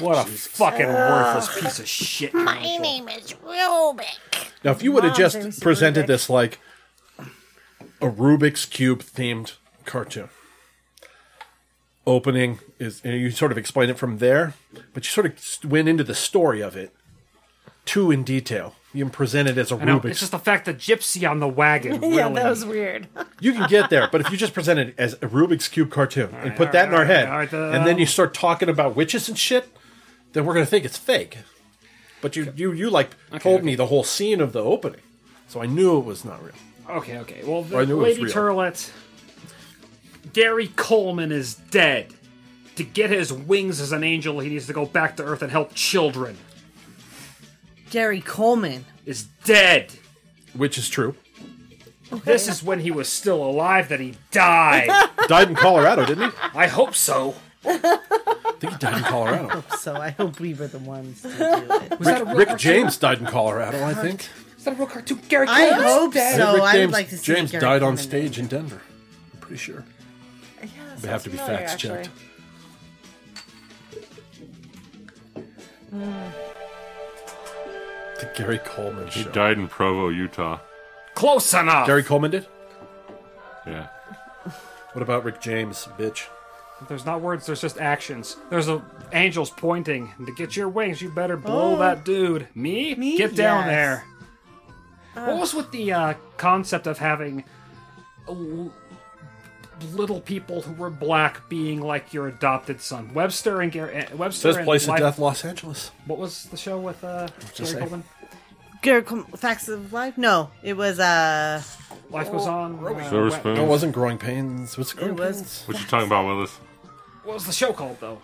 S3: What a fucking
S5: Ugh.
S3: worthless piece of shit.
S13: My name is Rubik.
S5: Now, if you would have
S13: Mom thinks
S5: just
S13: it's
S5: presented
S13: Rubik.
S5: this like a Rubik's cube themed cartoon opening is, and you sort of explain it from there, but you sort of went into the story of it too in detail. You present it as a
S3: I know,
S5: Rubik's.
S3: it's just the fact that Gypsy on the wagon. Really.
S4: yeah, that was weird.
S5: you can get there, but if you just present it as a Rubik's cube cartoon and put that in our
S3: alright,
S5: head,
S3: alright, alright,
S5: and then
S3: um,
S5: you start talking about witches and shit, then we're gonna think it's fake. But you you you like told me the whole scene of the opening, so I knew it was not real.
S3: Okay, okay. Well, the
S5: Well, I knew it was
S3: Lady
S5: real.
S3: Turlet. Gary Coleman is dead. To get his wings as an angel, he needs to go back to Earth and help children.
S7: Gary Coleman
S3: is dead.
S5: Which is true.
S3: This is when he was still alive that he died.
S5: died in Colorado, didn't he?
S3: I hope so.
S5: I think he died in Colorado.
S7: hope so. I hope we were the ones.
S5: Rick, Rick James died in Colorado, I think.
S3: Is that a real cartoon? Gary
S7: I
S3: Coleman's
S7: hope
S3: dead.
S7: so.
S5: I think Rick
S7: I would
S5: James,
S7: like to see
S5: James
S7: Gary
S5: died on
S7: Coleman.
S5: stage in Denver. I'm pretty sure. They have to be
S4: familiar,
S5: facts checked.
S4: actually. Mm.
S5: The Gary Coleman
S6: He
S5: show.
S6: died in Provo, Utah.
S3: Close enough.
S5: Gary Coleman did.
S6: Yeah.
S5: What about Rick James, bitch?
S3: There's not words. There's just actions. There's a angels pointing. To get your wings, you better blow
S7: Oh.
S3: that dude. Me?
S7: Me?
S3: Get down
S7: Yes.
S3: there. what was with the uh, concept of having l- little people who were black being like your adopted son? Webster and Gary. uh, Webster
S5: Says
S3: and
S5: Place of
S3: Life-
S5: Death, Los Angeles.
S3: What was the show with uh,
S5: it
S3: Gary
S5: say?
S3: Coleman?
S7: Gary Coleman. Facts of Life? No, it was uh.
S3: Life goes on. uh,
S6: Silver
S3: Web-
S6: Spoon.
S5: No, it wasn't growing pains. What's it growing
S7: It was-
S5: pains?
S6: What you talking about, Willis?
S3: What was the show called though?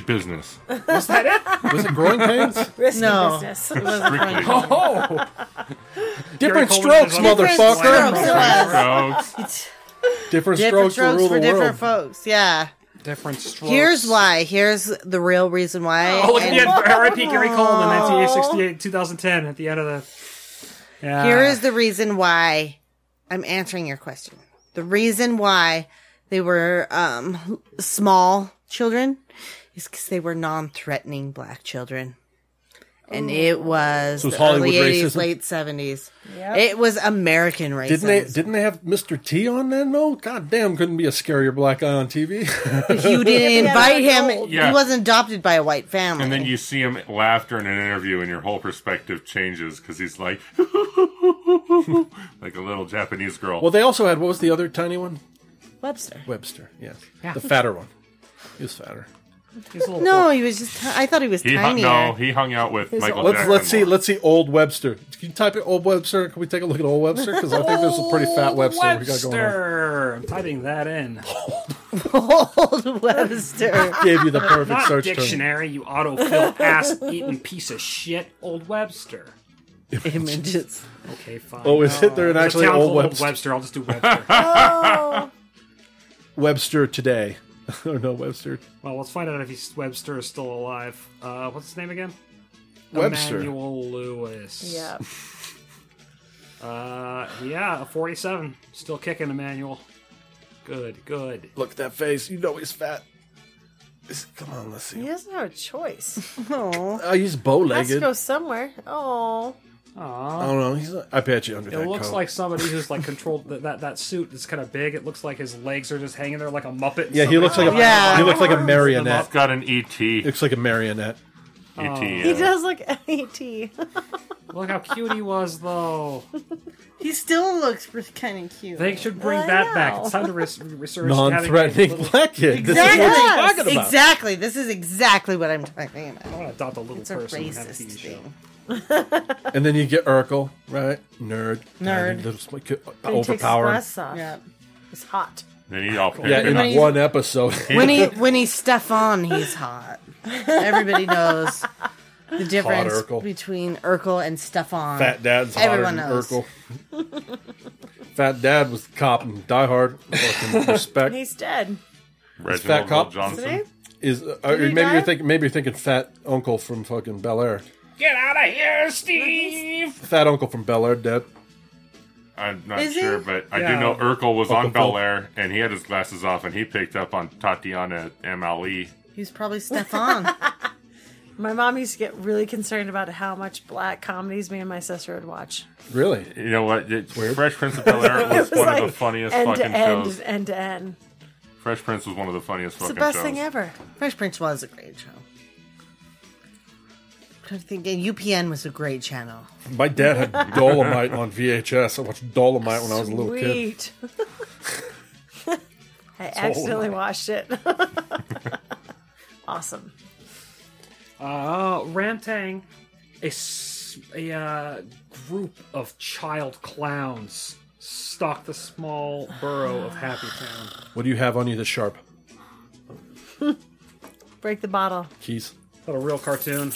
S6: business.
S3: Was that it?
S5: Was it growing pains?
S7: Risky
S4: No.
S7: business.
S4: It
S7: wasn't growing
S3: Oh,
S5: Different
S3: Gary Coleman
S5: strokes,
S3: is on the
S5: motherfucker.
S7: Different strokes, it was.
S5: Different
S7: Different
S5: strokes to
S7: strokes
S5: rule
S7: for
S5: the
S7: different
S5: world.
S7: folks. Yeah.
S3: Different strokes.
S7: Here's why. Here's the real reason why.
S3: Oh, look at
S7: And
S3: the end. R.I.P. Gary Coleman, 1968, 2010, at the end of the. Yeah.
S7: Here is the reason why I'm answering your question. The reason why they were um, small children is because they were non-threatening black children. And it was,
S5: So it's
S7: the early
S5: Hollywood
S7: 80s,
S5: racism?
S7: late 70s. It was American racism.
S5: Didn't they? Didn't they have Mr. T on then? No, goddamn, couldn't be a scarier black guy on TV.
S7: you didn't invite him.
S6: Yeah.
S7: He wasn't adopted by a white family.
S5: Oh.
S6: And then you see him laugh during an interview, and your whole perspective changes because he's like, like a little Japanese girl.
S5: well, they also had what was the other tiny one?
S7: Webster.
S5: Webster. Yes.
S7: Yeah.
S5: The fatter one. He was fatter.
S7: No, he was just. I thought he was
S6: he hung,
S7: tinier.
S6: no, he hung out with
S7: He's
S6: Michael
S7: old.
S5: Let's
S6: Jackson.
S5: let's see let's see old Webster. Can you type in old Webster? Can we take a look at old Webster? Because I think there's a pretty fat Webster, we got going on.
S3: Webster. I'm typing that in.
S7: Old Webster.
S5: Gave you the perfect
S3: Not
S5: search term.
S3: dictionary, you autofill ass eating piece of shit. Old Webster.
S7: Images.
S3: Okay, fine.
S5: Oh, is it there an
S3: There's a
S5: actually
S3: town
S5: old
S3: called
S5: Webster?
S3: I'll just do Webster.
S5: Webster today. oh no, Webster.
S3: well, let's find out if he's, Webster is still alive. Uh, what's his name again?
S5: Webster.
S3: Emmanuel Lewis.
S4: Yeah.
S3: Uh, yeah, 47. Still kicking, Emmanuel. Good, good.
S5: Look at that face. You know he's fat. It's- Come on, let's see.
S4: He doesn't have a choice.
S7: Oh.
S5: Oh, he's bow
S4: Has to
S5: legged.
S4: go somewhere. Oh.
S5: I don't know. He's. I bet you under
S3: It
S5: that
S3: looks
S5: coat.
S3: like somebody who's like controlled that, that that suit is kind of big. It looks like his legs are just hanging there like a muppet.
S5: Yeah, he looks like a. He looks like a marionette.
S6: Got an E ET.
S5: Looks like a marionette.
S6: ET.
S4: He
S6: yeah.
S4: does look AT.
S3: Look how cute he was, though.
S7: He still looks kind of cute.
S3: They should bring
S7: I
S3: that back.
S7: know.
S3: It's time to res- research. having a
S5: Non-threatening
S3: little-
S5: black kid. This is what we're
S7: Yes,
S5: talking about.
S7: Exactly. This is exactly what I'm talking
S3: I
S7: about.
S3: want to adopt a little
S7: It's a
S3: person. and have a
S7: racist
S3: TV show.
S5: And then you get Urkel, right? Nerd.
S7: Nerd.
S5: Little sm- ki-
S4: He takes his
S5: Overpowered.
S4: glasses off. It's hot.
S6: Then he all
S5: Yeah,
S6: picked it
S5: in
S6: up.
S5: one episode.
S7: When he when he's Stefan, he's hot. Everybody knows the difference
S5: Hot Urkel.
S7: between Urkel and Stefan.
S5: Fat Dad's hotter than Urkel. Fat Dad was the cop in Die Hard. Fucking respect.
S4: He's dead.
S5: Is
S6: Reginald
S5: Fat Cop
S6: Johnson.
S4: Isn't
S5: Is uh,
S4: Did he
S5: maybe
S4: die?
S5: you're thinking maybe you're thinking Fat Uncle from fucking Bel Air.
S1: Get out of here, Steve!
S5: Fat Uncle from Bel Air dead.
S6: I'm not
S1: Is he?
S6: sure, but I
S1: Yeah.
S6: do know Urkel was
S5: Uncle Phil.
S6: on Bel Air, and he had his glasses off, and he picked up on Tatiana M. E. Ali.
S7: He's probably Stefan.
S4: my mom used to get really concerned about how much black comedies me and my sister would watch.
S5: Really?
S6: You know what? It, Fresh Prince of Bel Air was,
S4: It was
S6: one of
S4: like
S6: the funniest
S4: end
S6: fucking
S4: to end,
S6: shows.
S4: End to end.
S6: Fresh Prince was one of the funniest
S7: It's the
S6: fucking
S7: best
S6: shows.
S7: thing ever. Fresh Prince was a great show. I'm trying to think, and UPN was a great channel.
S5: My dad had Dolomite on VHS. I watched Dolomite when I was a little kid.
S4: Sweet. I accidentally watched it. awesome.
S3: Uh, Rantang, a, s- a uh, group of child clowns stalk the small borough of Happy Town.
S5: What do you have on you this sharp?
S4: Break the bottle.
S5: Keys.
S3: Not a real cartoon.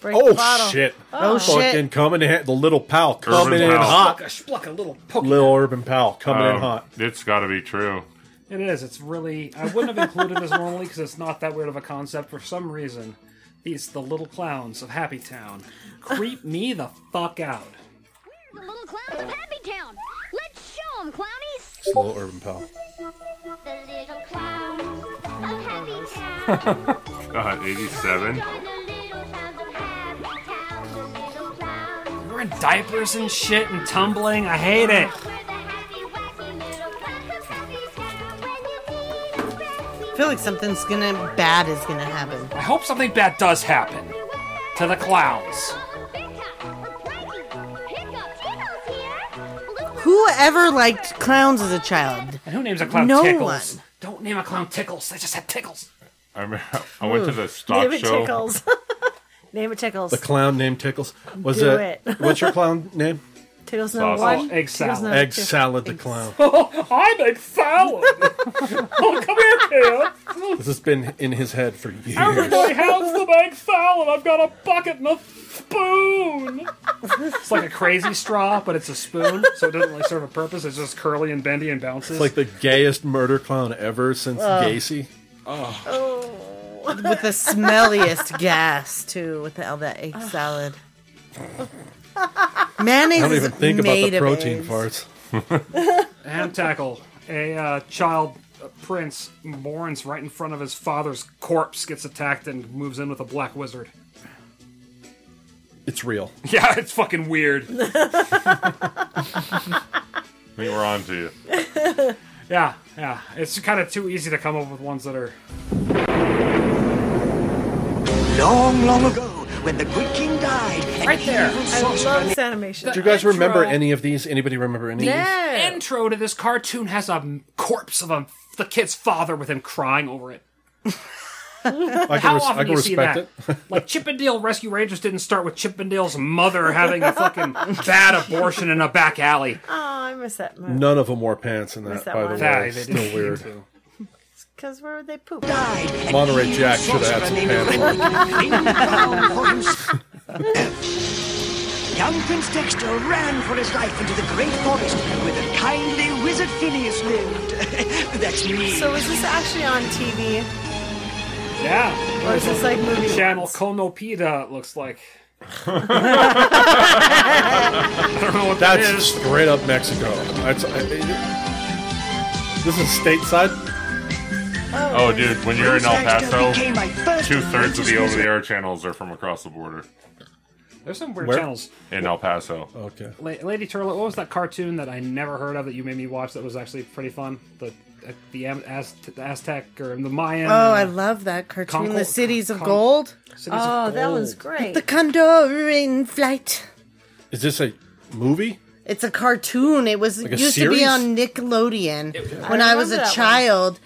S4: Break the
S5: Oh
S4: bottle.
S5: shit!
S4: Oh, shit.
S5: Fucking coming in, the little pal coming
S6: Urban
S5: in
S6: Pal.
S5: hot.
S3: I spluck a little
S5: Little urban pal coming in
S6: Um,
S5: hot.
S6: It's got to be true.
S3: It is. It's really. I wouldn't have included this normally because it's not that weird of a concept. For some reason, these the little clowns of Happy Town creep me the fuck out.
S13: The little clown of Happy Town. Let's show 'em, clownies.
S5: It's little urban pal.
S13: The little clown of Happy Town.
S6: God, 87.
S3: We're in diapers and shit and tumbling. I hate it.
S7: I feel like something's gonna bad is gonna happen.
S3: I hope something bad does happen to the clowns.
S7: Whoever liked clowns as a child?
S3: And who names a clown
S7: no
S3: Tickles? Don't name a clown Tickles. I just had Tickles.
S6: I, remember, I went to the stock
S4: Name it
S6: show.
S4: tickles. Name it tickles.
S5: The clown named Tickles. Was
S4: Do
S5: it?
S4: it.
S5: what's your clown name?
S4: Tickles number one.
S3: Egg
S4: Tickles
S3: salad.
S4: number
S5: Egg
S4: two.
S5: salad. The clown.
S3: Oh, I make salad. oh, come here, kid.
S5: This has been in his head for years.
S3: Everybody has the egg salad. I've got a bucket and a spoon. It's like a crazy straw, but it's a spoon, so it doesn't really serve a purpose. It's just curly and bendy and bounces.
S5: It's like the gayest murder clown ever since
S7: Oh.
S5: Gacy.
S7: With the smelliest gas too, with all that egg salad. Mayonnaise
S5: I don't
S7: is
S5: even think about
S7: made
S5: the
S7: of
S5: protein
S7: eggs.
S5: parts.
S3: Ham tackle. A uh, child uh, prince mourns right in front of his father's corpse, gets attacked, and moves in with a black wizard.
S5: It's real.
S3: Yeah, it's fucking weird.
S6: I think we're on to you.
S3: yeah, yeah. It's kind of too easy to come up with ones that are.
S15: Long, long ago, when the good king died,
S4: Right there. I love this animation.
S5: Do you guys remember any of these? Anybody remember any?
S3: The
S5: Of
S3: intro to this cartoon has a m- corpse of a, the kid's father with him crying over it.
S5: these? I can,
S3: How
S5: res-
S3: often
S5: I can
S3: do you see
S5: respect
S3: that? like Chippendale Rescue Rangers didn't start with Chippendale's mother having a fucking bad abortion in a back alley.
S4: Oh, I miss that
S5: it.
S4: movie.
S5: None of them wore pants in that,
S4: Missed that
S5: by
S4: one.
S5: the
S4: Yeah,
S5: way.
S4: they
S5: Still
S4: didn't
S5: weird.
S4: Because where would they poop? Ah,
S5: Monterey Jack should have had some pants.
S15: young Prince Dexter ran for his life into the great forest where the kindly wizard Phineas lived. That's me.
S4: So is this actually on TV?
S3: Yeah.
S4: Or is this like movie
S3: Channel Konopida, it looks like.
S5: I don't know what That's straight up Mexico. That's, I- I- this is stateside.
S6: Oh, dude, when you're in El
S15: Prince Dexter
S6: Paso,
S15: became my first
S6: two thirds of the
S15: religious
S6: over the air channels are from across the border
S3: There's some weird
S6: Where?
S3: channels.
S6: in El Paso.
S5: Okay.
S3: La- Lady Turtle, what was that cartoon that I never heard of that you made me watch that was actually pretty fun? The uh, the Am- Az- the Aztec or the Mayan.
S7: Oh, I
S3: uh,
S7: love that cartoon.
S3: Concord-
S7: the Cities of
S3: Con-
S7: Gold.
S3: Cities of Oh, that one's Gold.
S4: great.
S7: The Condor in Flight.
S5: Is this a movie?
S7: It's a cartoon. It was
S5: Like a
S7: used to be
S5: series?
S7: on Nickelodeon
S4: I
S7: when I, was
S4: remember that
S7: a
S4: one.
S7: child,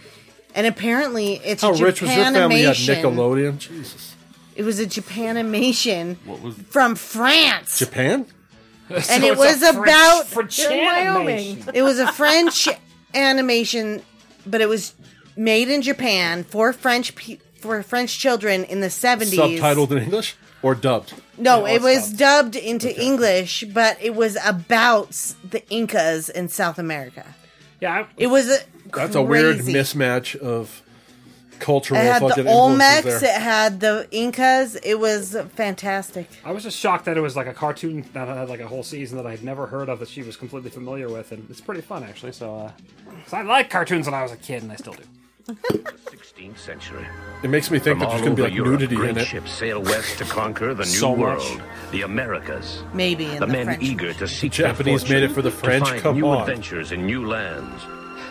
S7: and apparently it's
S5: How
S7: a
S5: rich was your family? You had
S7: Japanimation.
S5: Nickelodeon. Jesus.
S7: It was a Japanimation
S5: What was
S7: from France,
S5: Japan?
S7: and it was about
S4: in Wyoming.
S7: It was a French animation, but it was made in Japan for French pe- for French children in the seventies.
S5: Subtitled in English. or dubbed.
S7: No, it was dubbed into English, but it was about s- the Incas in South America.
S3: Yeah,
S7: it was. A
S5: That's a weird
S7: crazy-
S5: mismatch of
S7: It
S5: cultural
S7: had
S5: fucking
S7: the
S5: influences
S7: Olmecs. It
S5: there.
S7: had the Incas. It was fantastic.
S3: I was just shocked that it was like a cartoon that had like a whole season that I had never heard of that she was completely familiar with, and it's pretty fun actually. So, uh, 'cause I liked cartoons when I was a kid, and I still do.
S16: 16th century.
S5: It makes me
S16: From
S5: think that there's
S16: all
S5: going to be
S16: over
S5: like
S16: Europe,
S5: nudity
S16: great
S5: in it.
S16: ships sail west to conquer the new
S5: So much.
S16: world, the Americas.
S7: Maybe in
S16: the,
S7: the
S16: men
S7: French
S16: eager to seek
S5: The Japanese
S16: their fortune,
S5: made it for the French,
S16: To find
S5: come
S16: new
S5: on.
S16: adventures in new lands.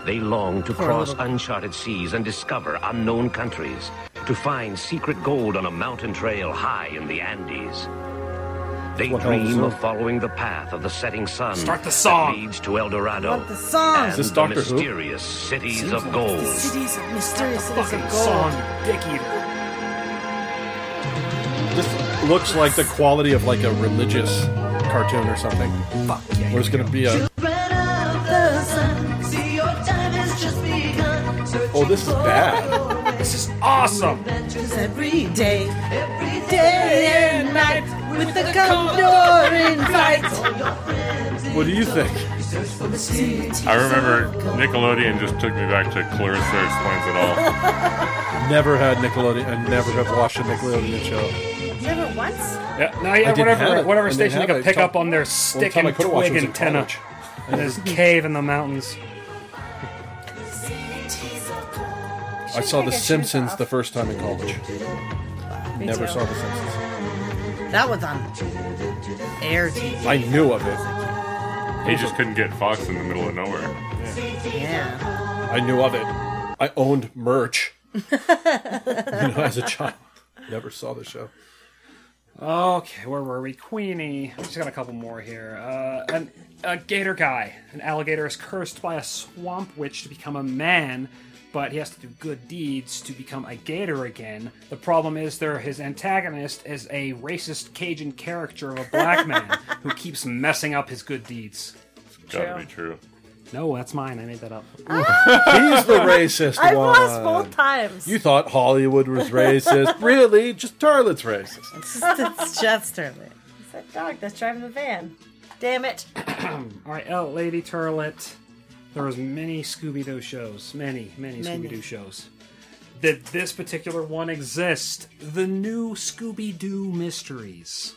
S16: They long to
S5: Poor
S16: cross
S5: little-
S16: uncharted seas and discover unknown countries. To find secret gold on a mountain trail high in the Andes. They
S5: What helps
S16: dream
S5: them?
S16: of following the path of the setting sun.
S5: Start the
S16: that
S5: song.
S16: leads to El Dorado.
S7: What the song?
S16: And
S7: Is this
S16: the
S7: Doctor Who?
S16: mysterious cities of gold.
S7: The cities of mysterious cities of gold.
S5: This looks like the quality of like a religious cartoon or something. Fuck yeah. Where it's going to be a. Oh, this is bad.
S3: This is awesome.
S7: Every day, every day and night, with the Condor in flight.
S5: What do you think?
S6: I remember Nickelodeon just took me back to Clarissa Explains It All.
S5: Never had Nickelodeon. I never have watched a Nickelodeon show.
S7: Never once.
S3: Yeah, no,
S5: I
S3: yeah
S5: didn't have
S3: whatever,
S5: it. I
S3: whatever
S5: didn't
S3: station you
S5: have
S3: can
S5: it.
S3: pick
S5: Till-
S3: up on their
S5: only
S3: stick
S5: time I
S3: and
S5: could've watched
S3: twig
S5: was in
S3: antenna.
S5: college.
S3: In this cave in the mountains.
S5: I saw The Simpsons the first time in college.
S7: Me
S5: Never
S7: too.
S5: saw The Simpsons.
S7: That was on air TV.
S5: I knew of it.
S6: He just couldn't get Fox in the middle of nowhere.
S7: Yeah.
S5: I knew of it. I owned merch. you know, as a child, never saw the show.
S3: Okay, where were we? Queenie. I just got a couple more here. Uh, an, a gator guy. An alligator is cursed by a swamp witch to become a man, but he has to do good deeds to become a gator again. The problem is, there his antagonist is a racist Cajun caricature of a black man who keeps messing up his good deeds.
S6: Gotta be true.
S3: No, that's mine. I made that up.
S5: He's the racist
S4: I've
S5: one.
S4: lost both times.
S5: You thought Hollywood was racist. really? Just Tarlet's racist.
S4: it's
S7: just Turlet.
S4: It's that dog that's driving the van. Damn it.
S3: All right, L Lady Turlet. There was many Scooby Doo shows, many, many,
S4: Many.
S3: Scooby Doo shows. Did this particular one exist? The new Scooby Doo mysteries.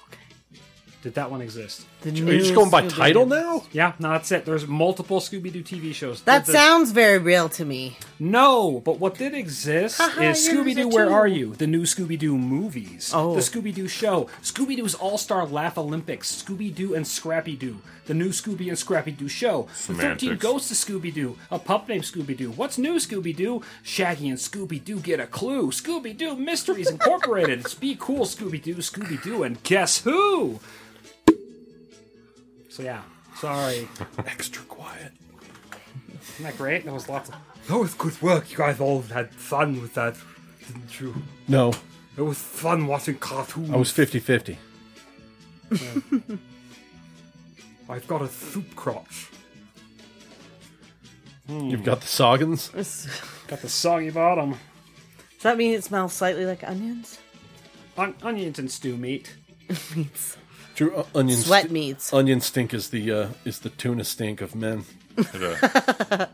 S3: Did that one exist?
S7: The
S5: Are you just going by title now?
S3: Yeah, no, that's it. There's multiple Scooby Doo TV shows.
S7: That
S3: The- the-
S7: sounds very real to me.
S3: No, but what did exist
S7: Haha,
S3: is
S7: yours
S3: Scooby Doo.
S7: are
S3: Where
S7: too.
S3: are you? The new Scooby Doo movies.
S7: Oh.
S3: The Scooby Doo show. Scooby Doo's All Star Laugh Olympics. Scooby Doo and Scrappy Doo. The new Scooby and Scrappy Doo show. The Thirteen
S6: Semantics.
S3: Ghosts of Scooby Doo. A pup named Scooby Doo. What's new Scooby Doo? Shaggy and Scooby Doo get a clue. Scooby Doo Mysteries Incorporated. It's Be cool, Scooby Doo. Scooby Doo and guess who? So yeah, sorry.
S5: Extra quiet.
S3: Isn't that great? That was lots of. That was good work. You guys all had fun with that, didn't you?
S5: No,
S3: It was fun watching cartoons.
S5: I was 50 50.
S3: I've got a soup crotch.
S5: You've got the Soggins?
S7: Does
S3: Got the soggy bottom.
S7: that mean it smells slightly like onions?
S3: On- onions and stew meat.
S5: True uh, onion
S7: Sweat meats.
S5: Onion stink is the uh, is the tuna stink of men.
S6: And uh,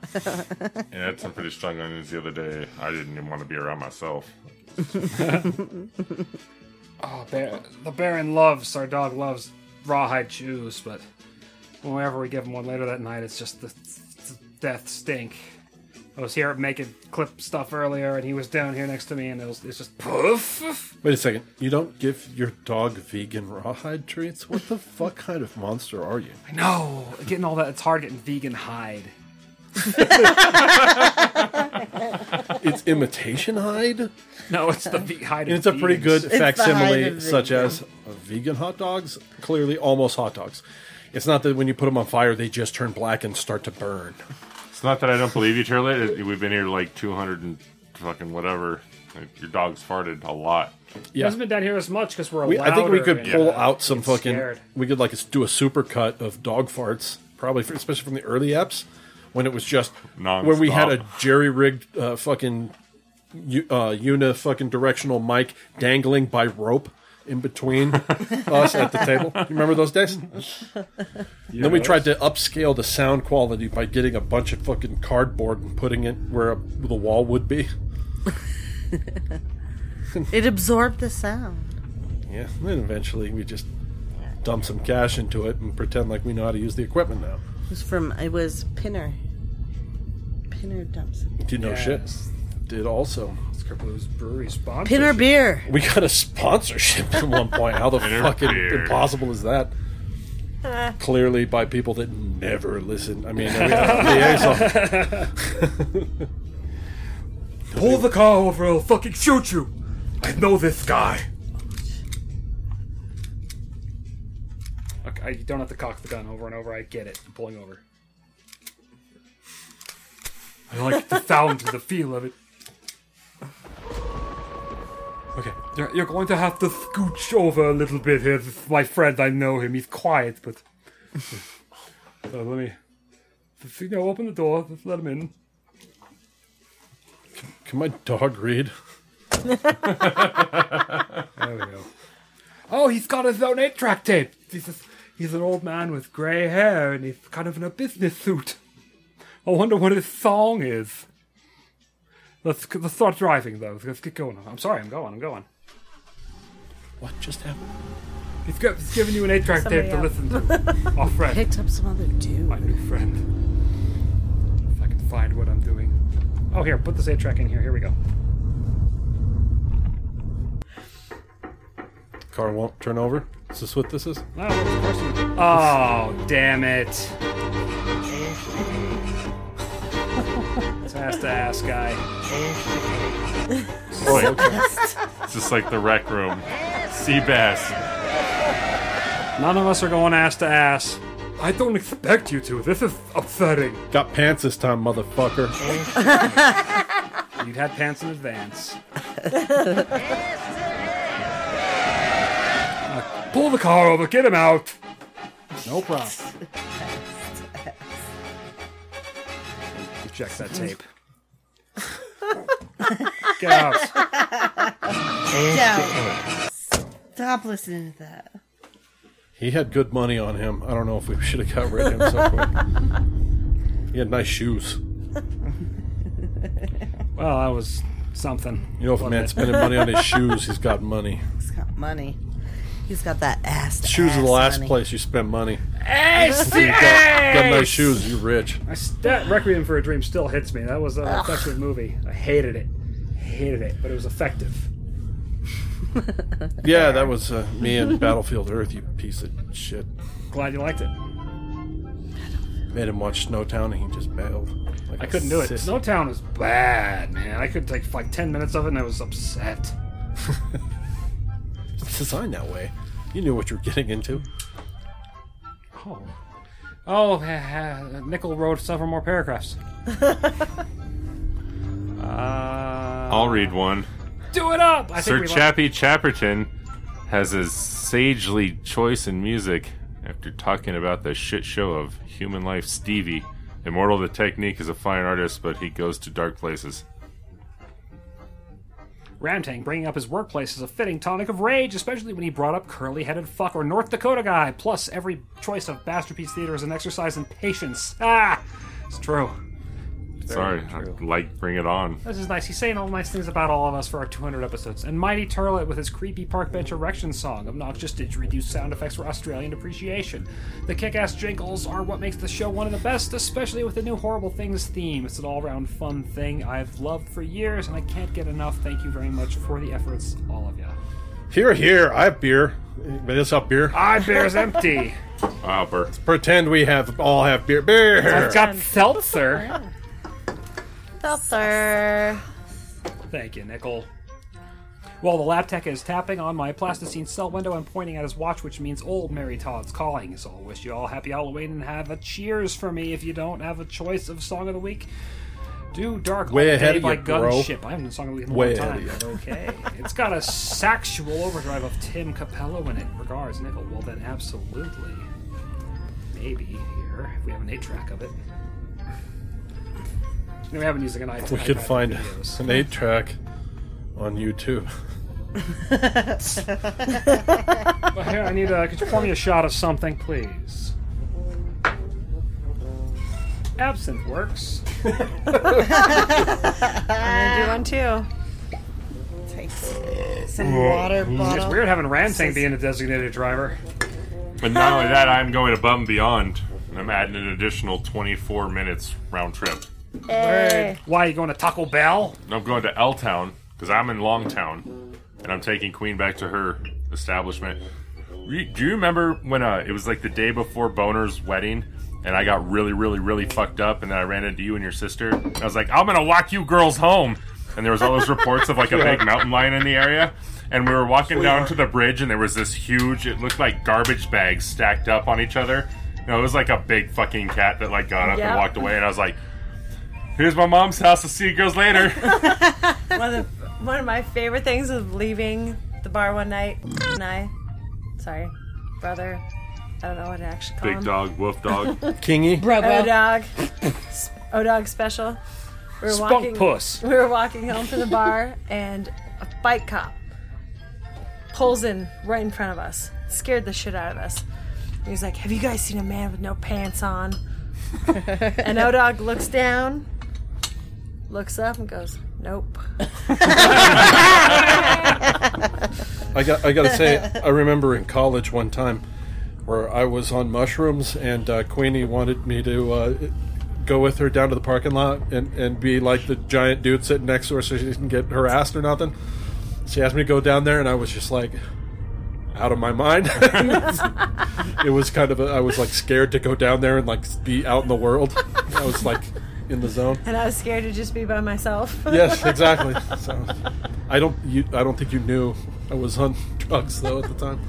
S6: I had some pretty strong onions the other day. I didn't even want to be around myself.
S3: Oh, bear, the Baron loves, our dog loves rawhide shoes, but whenever we give him one later that night, it's just the the death stink. I was here making clip stuff earlier, and he was down here next to me, and it was, it's just poof.
S5: Wait a second. You don't give your dog vegan rawhide treats? What the fuck kind of monster are you?
S3: I know. Getting all that, it's hard getting vegan hide.
S5: It's imitation hide?
S3: No, it's the ve- hide.
S5: And
S3: of
S5: it's a pretty
S3: vegans.
S5: good facsimile, such as uh, vegan hot dogs, clearly almost hot dogs. It's not that when you put them on fire, they just turn black and start to burn.
S6: It's not that I don't believe you, Turlet. It- We've been here like 200 and fucking whatever. Like, Your dog's farted a lot.
S3: He hasn't been down here as much because we're.
S5: We, I think we
S3: louder
S5: could
S3: and,
S5: pull
S3: uh,
S5: out some
S3: get
S5: fucking.
S3: scared.
S5: We could like do a super cut of dog farts, probably for, especially from the early apps when it was just
S6: Non-stop.
S5: where we had a jerry rigged uh, fucking u- uh, uni fucking directional mic dangling by rope in between us at the table. You remember those days? And Then we
S6: Yes.
S5: tried to upscale the sound quality by getting a bunch of fucking cardboard and putting it where the wall would be.
S7: It absorbed the sound.
S5: Yeah, and then eventually we just dump some cash into it and pretend like we know how to use the equipment now.
S7: It was from it was Pinner. Pinner dumps.
S5: Do you know
S7: Yes.
S5: shit? Did also.
S3: Those brewery sponsors.
S7: Pinner beer.
S5: We got a sponsorship at one point. How the fucking
S6: beer.
S5: impossible is that? Clearly by people that never listen. I mean, we had a liaison.
S17: Pull the car over, I'll fucking shoot you. I know this guy.
S3: Look, I, you don't have to cock the gun over and over. I get it. I'm pulling over.
S17: I like the sound, the feel of it.
S3: Okay.
S17: You're, you're going to have to scooch over a little bit here. This is my friend, I know him. He's quiet, but. Uh,
S3: So let me. Just, you know, open the door. Just let him in.
S5: Can my dog read?
S3: There we go. Oh, he's got his own eight track tape. He's, just, he's an old man with gray hair and he's kind of in a business suit. I wonder what his song is. Let's, let's start driving, though. Let's get going. I'm sorry, I'm going, I'm going.
S5: What just happened?
S3: He's, got, he's giving you an eight track tape to listen to. Our friend.
S7: Picked up some other dude.
S3: My new friend. If I can find what I'm doing. Oh, here, put this eight track in here. Here we go.
S5: Car won't turn over. Is this what this is?
S3: No, what's the person? Oh, damn it. Fast ass guy.
S6: Oh, okay. it's just like the rec room. Sea bass.
S3: None of us are going ass to ass.
S17: I don't expect you to. This is upsetting.
S5: Got pants this time, motherfucker.
S3: You'd had pants in advance.
S17: Pull the car over, get him out.
S3: No problem. You check that tape. Get out.
S7: No. Stop listening to that.
S5: He had good money on him. I don't know if we should have got rid of him so quick. he had nice shoes.
S3: Well, Oh, that was something.
S5: You know, if a
S3: Wasn't
S5: man's
S3: it?
S5: spending money on his shoes, he's got money.
S7: He's got money. He's got that ass. to
S5: Shoes are the
S7: ass
S5: last
S7: money.
S5: place you spend money.
S7: Ass
S5: If
S7: to
S5: you got, got nice
S3: ass!
S5: shoes, you're rich.
S3: I s that Requiem for a Dream still hits me. That was an effective movie. I hated it. Hated it, but it was effective.
S5: Yeah, that was uh, me and Battlefield Earth, you piece of shit.
S3: Glad you liked it.
S5: Made him watch Snowtown and he just bailed. Like
S3: I
S5: a
S3: couldn't do it.
S5: sissy.
S3: Snowtown was bad, man. I could take like 10 minutes of it and I was upset.
S5: It's designed that way. You knew what you were getting into.
S3: Oh. Oh, ha- ha- Nickel wrote several more paragraphs. uh,
S6: I'll read one.
S3: do it up! I
S6: Sir
S3: think we
S6: Chappie Chapperton has his sagely choice in music after talking about the shit show of human life Stevie. Immortal the Technique is a fine artist, but he goes to dark places.
S3: Ramtang bringing up his workplace is a fitting tonic of rage, especially when he brought up curly headed fuck or North Dakota guy. Plus, every choice of masterpiece theater is an exercise in patience. Ah! It's true.
S6: Sorry, I like Bring It On.
S3: This is nice. He's saying all nice things about all of us for our 200 episodes. And Mighty Turlet with his creepy park bench erection song. Obnoxious didgeridoo sound effects for Australian appreciation. The kick ass jingles are what makes the show one of the best, especially with the new Horrible Things theme. It's an all round fun thing I've loved for years, and I can't get enough. Thank you very much for the efforts, all of you.
S5: Here, here, I have beer. Anybody else have beer?
S3: I beer's empty.
S5: Let's pretend we have all have beer. Beer.
S3: I've got seltzer.
S7: Seltzer.
S3: Thank you, Nickel. Well, the lab tech is tapping on my plasticine cell window and pointing at his watch, which means old Mary Todd's calling. So I wish you all happy Halloween and have a cheers for me if you don't have a choice of song of the week. Do Dark
S5: Way
S3: All
S5: ahead
S3: Day
S5: of
S3: by
S5: you, bro.
S3: Gunship. I haven't done song of the week in a
S5: Way
S3: long
S5: ahead
S3: time.
S5: of
S3: Okay. it's got a sexual overdrive of Tim Capello in it. Regards, Nickel. Well, then absolutely. Maybe here, if we have an 8 track of it. No, we haven't used an iTunes.
S5: We could find an eight track on YouTube.
S3: Well, here, I need. Uh, could you pour me a shot of something, please? Absinthe works.
S4: I'm gonna do one too.
S7: Takes
S4: some water
S3: It's
S4: bottle.
S3: weird having Rantang being a designated driver.
S6: And not only that, I'm going above and beyond. And I'm adding an additional 24 minutes round trip.
S3: Word. Why are you going to Taco Bell?
S6: And I'm going to L Town because I'm in Longtown, and I'm taking Queen back to her establishment. Re- Do you remember when uh, it was like the day before Boner's wedding, and I got really, really, really fucked up, and then I ran into you and your sister. And I was like, "I'm gonna walk you girls home," and there was all those reports of like a
S2: Yeah.
S6: big mountain lion in the area. And we were walking down to the bridge, and there was this huge. It looked like garbage bags stacked up on each other. You know, it was like a big fucking cat that like got up
S4: Yep.
S6: and walked away. And I was like, "Here's my mom's house. I'll see you girls later."
S4: one of the, one of my favorite things was leaving the bar one night, and I, sorry, brother, I don't know what to actually call him.
S6: Big dog, wolf dog.
S5: Kingy.
S4: O dog, O dog special. We were
S6: Spunk
S4: walking,
S6: puss.
S4: We were walking home from the bar, and a bike cop pulls in right in front of us, scared the shit out of us. He was like, "Have you guys seen a man with no pants on?" and O dog looks down, looks up, and goes, "Nope."
S5: I got I gotta say, I remember in college one time where I was on mushrooms and uh, Queenie wanted me to uh, go with her down to the parking lot and, and be like the giant dude sitting next to her so she didn't get harassed or nothing. She asked me to go down there and I was just like out of my mind. it was kind of a, I was like scared to go down there and like be out in the world. I was like in the zone.
S4: And I was scared to just be by myself.
S5: Yes, exactly. So I don't you I don't think you knew I was on drugs though at the time.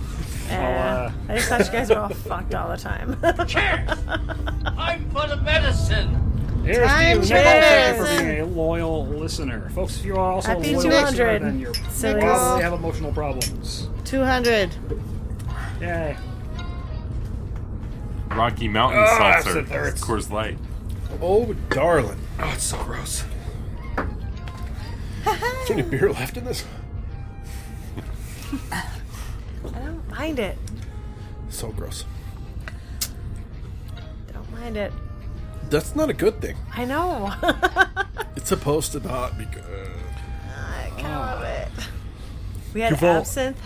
S4: Yeah. I just thought you guys were all fucked all the time.
S12: I'm for the medicine.
S3: Here's to you,
S12: Time
S3: Nick
S12: cheers.
S3: Olson, for being a loyal listener. Folks, if you are also a
S7: Happy
S3: loyal
S7: 200.
S3: listener, then you're
S7: Silly.
S3: probably have emotional problems.
S7: 200.
S3: Yay.
S6: Rocky Mountain
S3: Ah,
S6: Seltzer.
S3: that hurts.
S6: Coors Light.
S5: Oh, darling.
S6: Oh, it's so gross.
S5: Is there any beer left in this?
S4: I don't mind it.
S5: So gross.
S4: Don't mind it.
S5: That's not a good thing.
S4: I know.
S5: It's supposed to not be good.
S4: I kind of love it. We had
S5: Duval.
S4: absinthe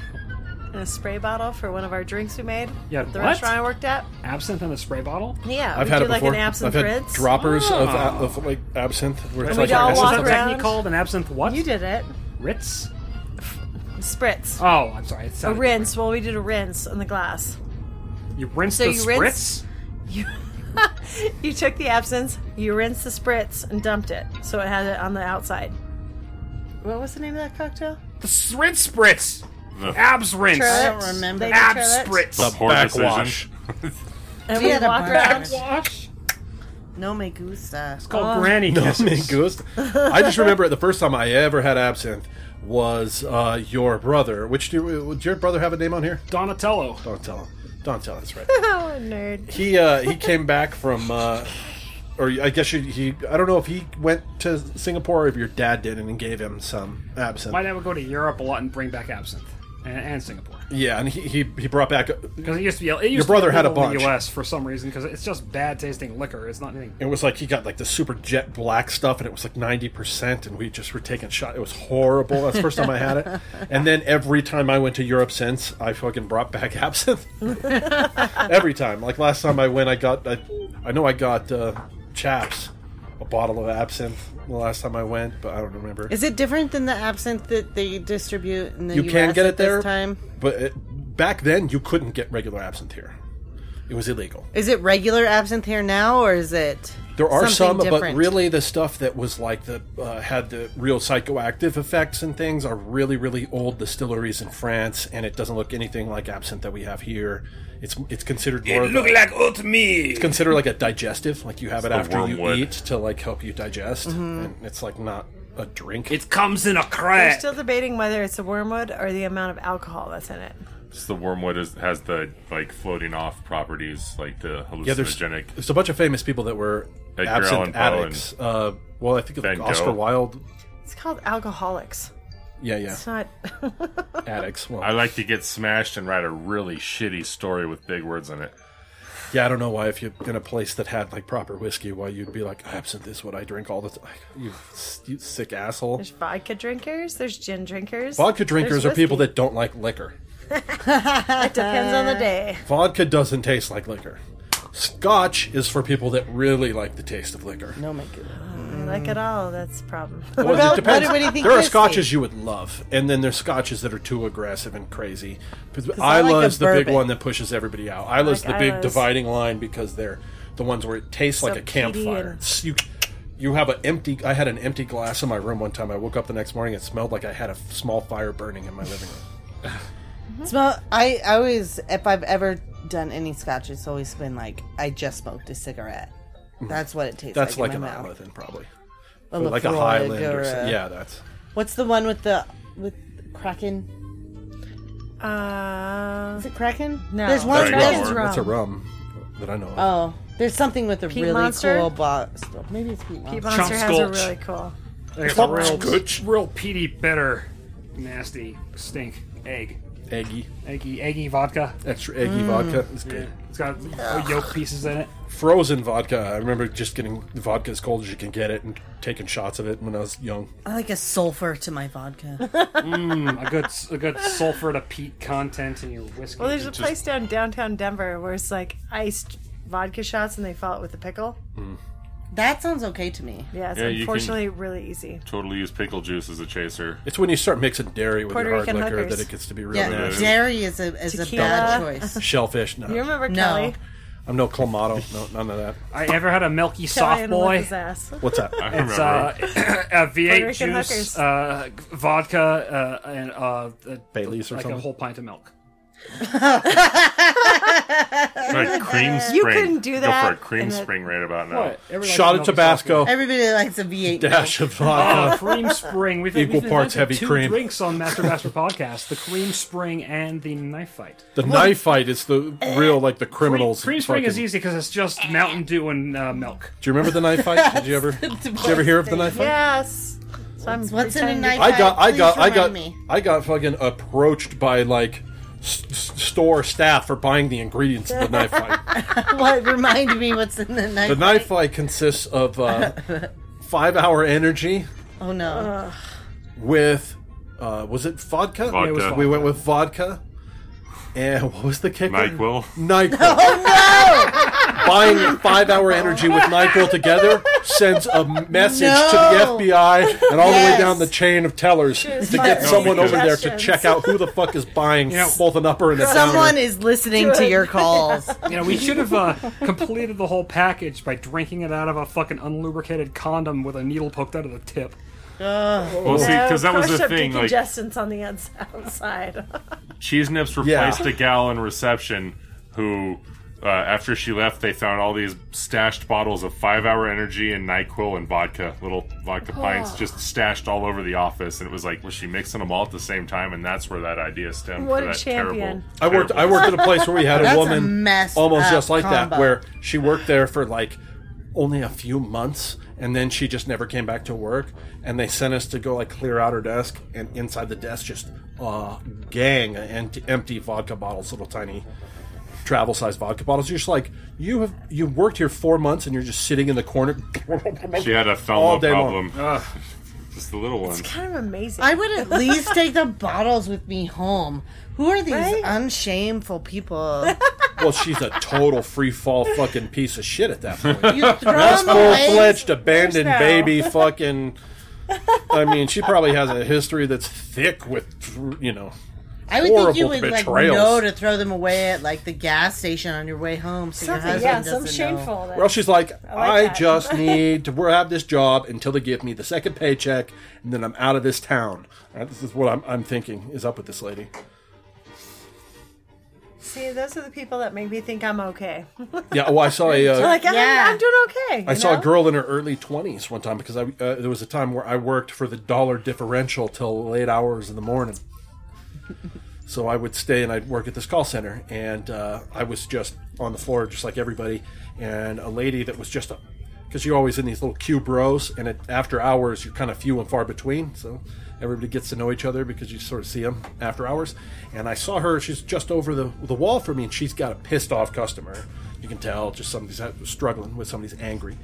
S4: in a spray bottle for one of our drinks we made.
S3: Yeah,
S4: at the
S3: what?
S4: restaurant I worked at.
S3: Absinthe in a spray bottle?
S4: Yeah,
S5: I've
S4: we
S5: had
S4: do
S5: it
S4: like
S5: before.
S4: an absinthe
S5: I've had
S4: ritz.
S5: droppers of,
S3: Oh.
S5: of like absinthe. Where
S3: And
S5: it's
S3: we'd
S5: like
S3: all
S5: absinthe
S3: walk
S5: something.
S3: around. called an absinthe what?
S4: You did it.
S3: Ritz?
S4: Spritz.
S3: Oh, I'm sorry. It
S4: a
S3: sounded
S4: rinse. Well, we did a rinse on the glass.
S3: You rinse
S4: So
S3: the
S4: you
S3: spritz?
S4: rinse- You took the absinthe, you rinsed the spritz, and dumped it so it had it on the outside. What was the name of that cocktail?
S3: The rinse spritz! Abs rinse!
S4: Turlet. I don't remember. They did
S3: Abs
S4: turlet.
S3: spritz!
S5: The Poor backwash.
S4: And
S7: Yeah,
S4: we
S7: the
S4: walked around.
S7: backwash. No me gusta. Oh. It's
S4: Oh.
S3: called Granny
S5: No,
S3: Kisses.
S5: man, goose. I just remember the first time I ever had absinthe was uh, your brother. Which do, did your brother have a name on here?
S3: Donatello.
S5: Donatello. Donatello. That's right.
S4: oh, nerd.
S5: he uh, he came back from, uh, or I guess you, he. I don't know if he went to Singapore or if your dad did and gave him some absinthe.
S3: My dad would go to Europe a lot and bring back absinthe. And, and Singapore.
S5: Yeah, and he he, he brought back.
S3: Because it used to be, it used
S5: Your
S3: to be
S5: brother had a
S3: illegal in
S5: bunch.
S3: the U.S. for some reason because it's just bad tasting liquor. It's not anything.
S5: It was like he got like the super jet black stuff, and it was like ninety percent, and we just were taking shot. It was horrible. That's the first time I had it, and then every time I went to Europe since, I fucking brought back absinthe. every time, like last time I went, I got I, I know I got uh, chaps, a bottle of absinthe. The last time I went, but I don't remember.
S7: Is it different than the absinthe that they distribute in the
S5: you
S7: US
S5: can get
S7: at
S5: it there,
S7: this time?
S5: but it, back then you couldn't get regular absinthe here. It was illegal.
S7: Is it regular absinthe here now, or is it?
S5: There are some,
S7: something
S5: but
S7: different?
S5: really the stuff that was like the uh, had the real psychoactive effects and things are really really old distilleries in France, and it doesn't look anything like absinthe that we have here. It's it's considered more. of a-
S2: oatmeal.
S5: It's considered like a digestive, like you have it
S2: the
S5: after you
S2: wormwood.
S5: eat to like help you digest,
S7: Mm-hmm.
S4: Mhm.
S5: and it's like not a drink.
S2: It comes in a
S4: We're still debating whether it's the wormwood or the amount of alcohol that's in it.
S6: Just the wormwood is, has the like floating off properties, like the
S5: Yeah, there's,
S6: hallucinogenic.
S5: there's a bunch of famous people that were
S6: Edgar Allan
S5: absinthe
S6: Poe and
S5: addicts. Uh, well, I think of
S6: Van
S5: like Oscar
S6: Gogh.
S5: Wilde
S4: It's called alcoholics.
S5: Yeah, yeah.
S4: It's not.
S5: Addicts. Well,
S6: I like to get smashed and write a really shitty story with big words in it.
S5: yeah, I don't know why if you're in a place that had like proper whiskey, why you'd be like, absinthe is what I drink all the time. You, s- you sick asshole.
S4: There's vodka drinkers. There's gin drinkers.
S5: Vodka drinkers are
S4: there's
S5: people that don't like liquor.
S4: It depends on the
S7: Uh.
S4: day.
S5: Vodka doesn't taste like liquor. Scotch is for people that really like the taste of liquor.
S7: No, my goodness.
S4: I like it all. That's a problem.
S5: Well, it depends. there are scotches you would love, and then there's scotches that are too aggressive and crazy. Because
S4: 'Cause I like
S5: Isla's
S4: a
S5: the big
S4: bourbon.
S5: one that pushes everybody out. Isla's
S4: like
S5: the big
S4: Isla's.
S5: dividing line because they're the ones where it tastes like
S4: So
S5: a campfire.
S4: peaty
S5: It's- You, you have an empty. I had an empty glass in my room one time. I woke up the next morning. It smelled like I had a f- small fire burning in my living room.
S7: Smell. I, I always, if I've ever done any scotch, it's always been like I just smoked a cigarette. That's what it tastes
S5: That's
S7: like.
S5: like
S7: in
S5: an
S7: my mouth.
S5: Isla then, probably.
S7: A
S5: Or like a
S7: Lafroig
S5: Highland
S7: or
S5: or
S7: a-
S5: something. Yeah, that's.
S7: What's the one with the with Kraken?
S4: Uh,
S7: Is it Kraken?
S4: No.
S7: There's one.
S5: That's
S7: There's,
S5: rum. That's a rum that I know of.
S7: Oh, there's something with a
S4: Peat
S7: really
S4: Monster?
S7: cool box. Maybe it's Peat Monster.
S4: Peat Monster has a really cool.
S3: It's a
S4: Plump
S3: real,
S4: scotch.
S3: real peaty, bitter, nasty stink. Egg.
S5: Eggy.
S3: Eggy, eggy vodka.
S5: Extra eggy vodka is good.
S3: It's got yolk pieces in it.
S5: Frozen vodka. I remember just getting vodka as cold as you can get it and taking shots of it when I was young.
S7: I like a sulfur to my vodka.
S3: Mm, a good, a good sulfur to peat content in your whiskey.
S4: Well, there's a
S3: Just-
S4: place down downtown Denver where it's like iced vodka shots and they fill it with a pickle.
S7: That sounds okay to me.
S4: Yeah, it's
S6: Yeah, you can-
S4: unfortunately really easy.
S6: Totally use pickle juice as a chaser.
S5: It's when you start mixing dairy with
S4: Puerto
S5: your hard
S4: Rican
S5: liquor
S4: hookers.
S5: that it gets to be real
S7: Yeah,
S5: nasty.
S7: dairy is a is a bad choice.
S5: Shellfish, no.
S4: You remember
S7: No.
S4: Kelly?
S5: I'm no clamato, no, none of that.
S3: I ever had a milky soft
S4: Italian with
S3: boy.
S4: his ass.
S5: What's that? I
S3: It's uh, a
S4: Puerto
S3: V8
S4: Rican
S3: juice,
S4: hookers.
S3: uh, vodka, uh, and uh, uh,
S5: Bailey's or
S3: like
S5: something?
S3: a whole pint of milk.
S6: Like cream spring.
S7: You couldn't do
S6: Go
S7: that
S6: for a cream
S7: in a-
S6: spring right about now.
S3: What? Everybody
S5: Shot of Tabasco,
S7: Everybody likes a V8.
S5: dash of
S3: Oh,
S5: vodka.
S3: cream spring. We've
S5: Equal
S3: we've
S5: parts
S3: invented
S5: heavy
S3: two
S5: cream.
S3: drinks on Master Master podcast: the cream spring and the knife fight.
S5: the knife fight is the real, like the criminals.
S3: Cream spring is
S5: fucking-
S3: easy because it's just Mountain Dew and uh, milk.
S5: Do you remember the knife fight? Did you ever? did you ever hear of the knife fight?
S4: Yes. So I'm
S7: What's in a
S4: pretending-
S7: knife?
S5: I got, I
S7: Please
S5: got, I
S7: remind
S5: got,
S7: me.
S5: I got fucking approached by like s- s- store staff for buying the ingredients of the knife fight.
S7: what remind me what's in the knife?
S5: The knife fight consists of uh, five hour energy
S7: Oh no.
S5: with uh, was it vodka?
S6: Vodka. Yeah, it was
S5: We went with vodka. And what was the kicker?
S6: NyQuil.
S5: Nyquil.
S7: Oh,
S5: Buying five hour energy with Nyquil together sends a message
S7: No.
S5: to the FBI and all the way
S7: Yes.
S5: down the chain of tellers
S4: Cheers,
S5: to
S4: my
S5: get someone over there to
S4: suggestions.
S5: check out who the fuck is buying both an upper and a downer.
S7: Someone is listening to
S4: Good.
S7: your calls.
S3: You know, we should have uh, completed the whole package by drinking it out of a fucking unlubricated condom with a needle poked out of the tip.
S7: Ugh.
S6: Well, see, because that was
S4: crushed
S6: the
S4: up
S6: thing. Like
S4: decongestants on the ins- outside.
S6: cheese nips replaced a gal in reception who, uh, after she left, they found all these stashed bottles of Five Hour Energy and Nyquil and vodka, little vodka pints, just stashed all over the office. And it was like, was she mixing them all at the same time? And that's where that idea stemmed.
S4: What
S6: for
S4: a
S6: that
S4: champion.
S6: Terrible,
S5: I worked. I worked at a place where we had a
S7: That's a
S5: woman
S7: messed
S5: almost just
S7: up
S5: like
S7: combo.
S5: that, where she worked there for like only a few months, and then she just never came back to work. And they sent us to go like clear out her desk, and inside the desk just a gang of empty, empty vodka bottles, little tiny travel sized vodka bottles. You're just like you have you worked here four months, and you're just sitting in the corner.
S6: She had a
S5: All
S6: Thelma
S5: day long.
S6: problem. just the little one.
S4: kind of amazing.
S7: I would at least take the bottles with me home. Who are these
S4: Right?
S7: unshameful people?
S5: Well, she's a total free fall fucking piece of shit at that point.
S7: You throw
S5: That's
S7: them
S5: full
S7: away.
S5: fledged abandoned
S4: now.
S5: baby fucking. I mean, she probably has a history that's thick with, you know.
S7: I would think you
S5: horrible
S7: would like
S5: betrayals.
S7: know to throw them away at like the gas station on your way home, so your
S4: Something,
S7: husband
S4: yeah,
S7: doesn't
S4: some
S7: know.
S4: shameful. that-
S5: Well, she's like, I,
S4: that.
S5: just need to wor- have this job until they give me the second paycheck, and then I'm out of this town. All right, this is what I'm, I'm thinking is up with this lady.
S4: See, those are the people that make me think I'm okay.
S5: Yeah. Oh, I saw a. Uh,
S4: like,
S7: Yeah.
S4: I'm, I'm doing okay.
S5: I
S4: you
S5: saw
S4: know?
S5: a girl in her early twenties one time because I uh, there was a time where I worked for the dollar differential till late hours in the morning. so I would stay and I'd work at this call center, and uh, I was just on the floor just like everybody. And a lady that was just a because you're always in these little cube rows, and at, after hours you're kind of few and far between. So Everybody gets to know each other because you sort of see them after hours. And I saw her; she's just over the the wall from me, and she's got a pissed off customer. You can tell just somebody's out- struggling with somebody's angry.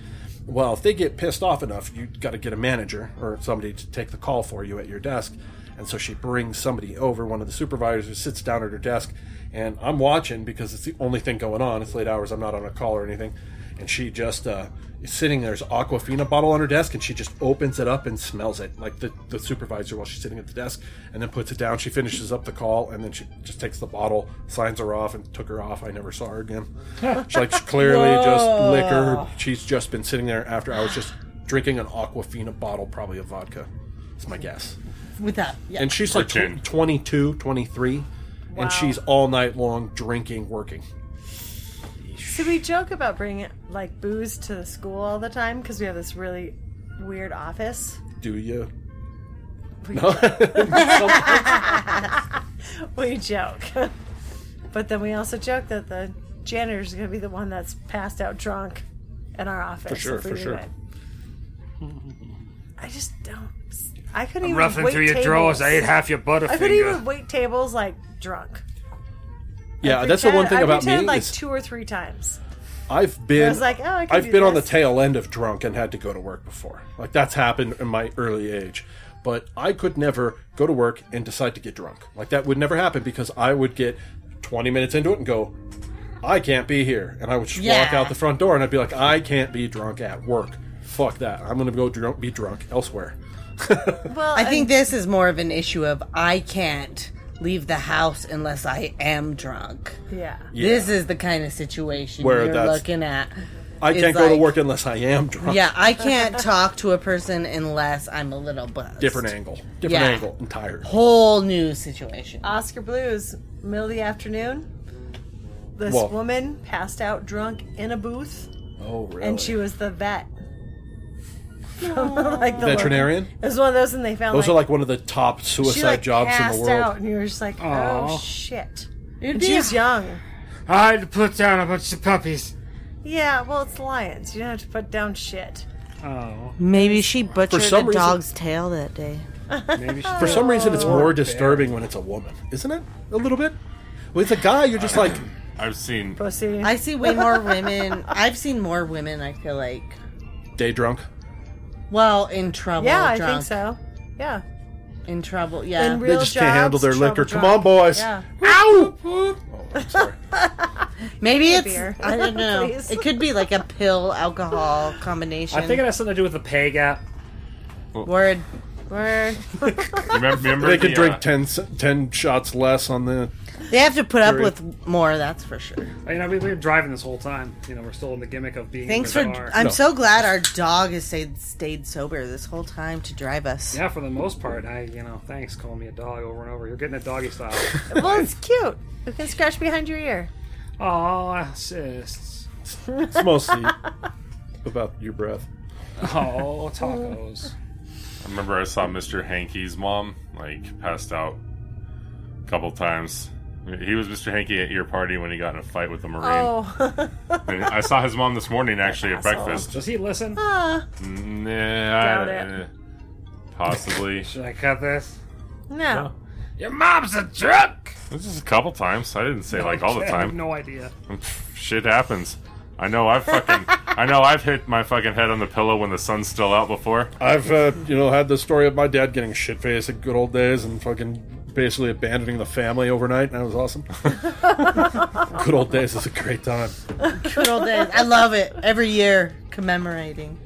S5: Well, if they get pissed off enough, you got to get a manager or somebody to take the call for you at your desk. And so she brings somebody over, one of the supervisors, sits down at her desk, and I'm watching because it's the only thing going on. It's late hours, I'm not on a call or anything. And she just uh, is sitting there. There's an Aquafina bottle on her desk, and she just opens it up and smells it, like the, the supervisor while she's sitting at the desk, and then puts it down. She finishes up the call, and then she just takes the bottle, signs her off, and took her off. I never saw her again. she like clearly just
S18: Whoa.
S5: liquor. She's just been sitting there after hours, just drinking an Aquafina bottle, probably of vodka. That's my guess.
S7: With that, yeah.
S5: And she's like
S7: Pretend.
S5: tw- 22, 23,
S4: Wow.
S5: and she's all night long drinking, working.
S4: So we joke about bringing like booze to the school all the time because we have this really weird office.
S5: Do you?
S4: We joke, but then we also joke that the janitor's going to be the one that's passed out drunk in our office.
S3: For sure,
S4: if we
S3: for
S4: leave
S3: sure.
S4: it. I just don't. I couldn't
S3: I'm
S4: even
S3: ruffling
S4: wait
S3: through your
S4: tables.
S3: drawers. I ate half your
S4: I couldn't
S3: Butterfinger.
S4: even wait tables like drunk.
S3: Uh,
S5: Yeah, that's the one thing
S4: I
S5: about me
S4: pretended, like
S5: is
S4: two or three times.
S5: I've been
S4: I was like, oh, I can
S5: have
S4: do
S5: been on the
S4: this.
S5: tail end of drunk and had to go to work before. Like that's happened in my early age. But I could never go to work and decide to get drunk. Like that would never happen because I would get 20 minutes into it and go, I can't be here. And I would just walk
S18: Yeah.
S5: out the front door and I'd be like, I can't be drunk at work. Fuck that. I'm going to go drunk, be drunk elsewhere.
S4: Well,
S7: I think this is more of an issue of I can't leave the house unless I am drunk.
S4: Yeah.
S7: This is the kind of situation
S5: Where
S7: you're
S5: that's-
S7: looking at.
S5: I
S7: It's
S5: can't go to
S7: like-
S5: work unless I am drunk.
S7: Yeah, I can't talk to a person unless I'm a little buzzed.
S5: Different angle. Different
S7: Yeah.
S5: angle. I'm tired.
S7: Whole new situation.
S4: Oscar Blues, middle of the afternoon. This
S7: Whoa.
S4: woman passed out drunk in a booth,
S5: Oh, really?
S4: and she was the vet. From, like the
S5: Veterinarian?
S4: local- It was one of those, and they found
S5: Those are
S4: like,
S5: like one of the top suicide
S4: she, like,
S5: jobs in
S4: passed
S5: the world.
S4: out, and you were just like, oh
S5: Aw.
S4: shit.
S7: It'd
S4: And
S7: be
S4: she
S7: a-
S4: was young.
S17: I had to put down a bunch of puppies.
S4: Yeah, well, it's lions. You don't have to put down shit.
S17: Oh.
S7: Maybe she butchered
S5: some
S7: a
S5: reason-
S7: dog's tail that day.
S5: For some reason, it's more disturbing when it's a woman, isn't it? A little bit. With a guy, you're just like,
S6: I've seen
S4: Pussy.
S7: I see way more women. I've seen more women. I feel like
S5: day drunk.
S7: well in trouble.
S4: yeah, I
S7: drunk.
S4: think so. Yeah.
S7: In trouble. Yeah,
S4: In They real
S5: just can't handle jobs, their trouble liquor. Come drunk. on, boys.
S4: Yeah.
S7: Ow!
S5: sorry.
S7: Maybe
S3: A
S7: it's
S3: beer.
S7: I don't know.
S3: Please.
S7: it could be like a pill alcohol combination.
S3: I think it has something to do with the pay gap.
S7: word word.
S6: Remember, remember
S5: they could
S6: the,
S5: drink
S6: uh,
S5: 10, s- 10 shots less on the.
S7: They have to put up
S5: Period.
S7: with more. That's for sure.
S3: You know, we, we were driving this whole time. You know, we're still in the gimmick of being.
S7: Thanks for.
S3: in the car.
S7: I'm so glad our dog has stayed, stayed sober this whole time to drive us.
S3: Yeah, for the most part, I you know, thanks calling me a dog over and over. You're getting a doggy style.
S4: Well, it's cute. You can scratch behind your ear.
S3: Oh, cysts.
S5: It's mostly about your breath.
S3: Oh, tacos.
S6: I remember I saw Mr. Hankey's mom like passed out a couple times. He was Mr. Hankey at your party when he got in a fight with a marine.
S4: Oh.
S6: And I saw his mom this morning actually at breakfast.
S3: Does he listen?
S4: Ah.
S6: Nah,
S3: Doubt
S6: I-
S3: it.
S6: possibly.
S3: Should I cut this?
S4: No.
S3: Your mom's a drunk.
S6: This is a couple times. I didn't say like all the
S3: I have
S6: time.
S3: no idea.
S6: Shit happens. I know I've fucking I know I've hit my fucking head on the pillow when the sun's still out before.
S5: I've, uh, you know, had the story of my dad getting shit faced in good old days and fucking basically abandoning the family overnight, and that was awesome. good old days is a great time.
S7: Good old days. I love it. Every year commemorating.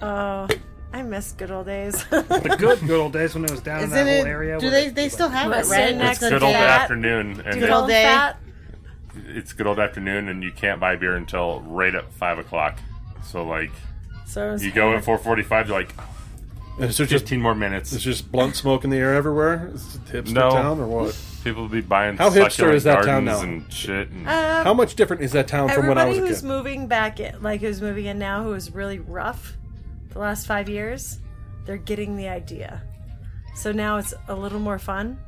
S4: Oh, I miss good old days.
S3: The good, good old days when it was down in
S7: Isn't
S3: that
S7: it?
S3: whole area.
S7: do
S3: where
S7: they?
S3: it-
S7: They still have it,
S4: Listen,
S7: right?
S4: next
S6: It's good old afternoon and
S7: Good old
S6: it-
S7: day.
S6: it's good old afternoon and you can't buy beer until right at five o'clock. So like
S4: So
S6: you go at four forty five, you're like "Ah,
S5: And it's just-
S6: fifteen more minutes.
S5: It's just blunt smoke in the air everywhere. Is it hipster
S6: no
S5: town or what?
S6: People will be buying
S5: How hipster is that town now?
S6: and shit and
S3: Uh,
S4: Um,
S5: How much different is that town from when I
S4: Everybody
S5: was a
S4: who's
S5: kid?
S4: moving back, in, like who's moving in now, who is really rough the last five years, they're getting the idea. So now it's a little more fun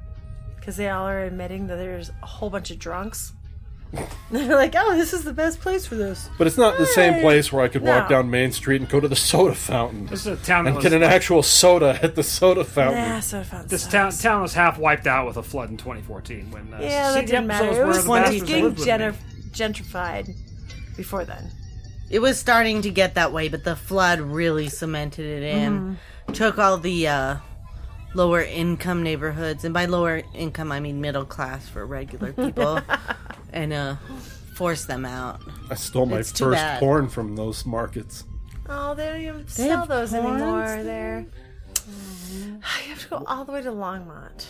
S4: because they all are admitting that there's a whole bunch of drunks. They're like, oh, this is the best place for this.
S5: But it's not the same
S4: Hey.
S5: place where I could walk
S4: No.
S5: down Main Street and go to the soda fountain.
S3: This is a town that
S5: and get
S3: was-
S5: an actual soda at the soda fountain.
S4: Nah, soda fountain
S3: This town, town was half wiped out with a flood in 2014 when uh,
S4: Yeah,
S3: see the
S4: that didn't
S3: episodes
S4: matter. It
S3: where
S4: was
S3: the
S4: when it was
S3: bastards
S4: getting
S3: lived with me.
S4: gentr- gentrified before then.
S7: It was starting to get that way, but the flood really cemented it in.
S3: Mm-hmm.
S7: Took all the uh, lower income neighborhoods, and by lower income, I mean middle class for regular people, and uh, forced them out.
S5: I stole my
S7: It's too
S5: first
S7: bad.
S5: porn from those markets.
S4: Oh, they don't even sell
S7: have
S4: those
S7: horns
S4: anymore there. You have to go all the way to Longmont.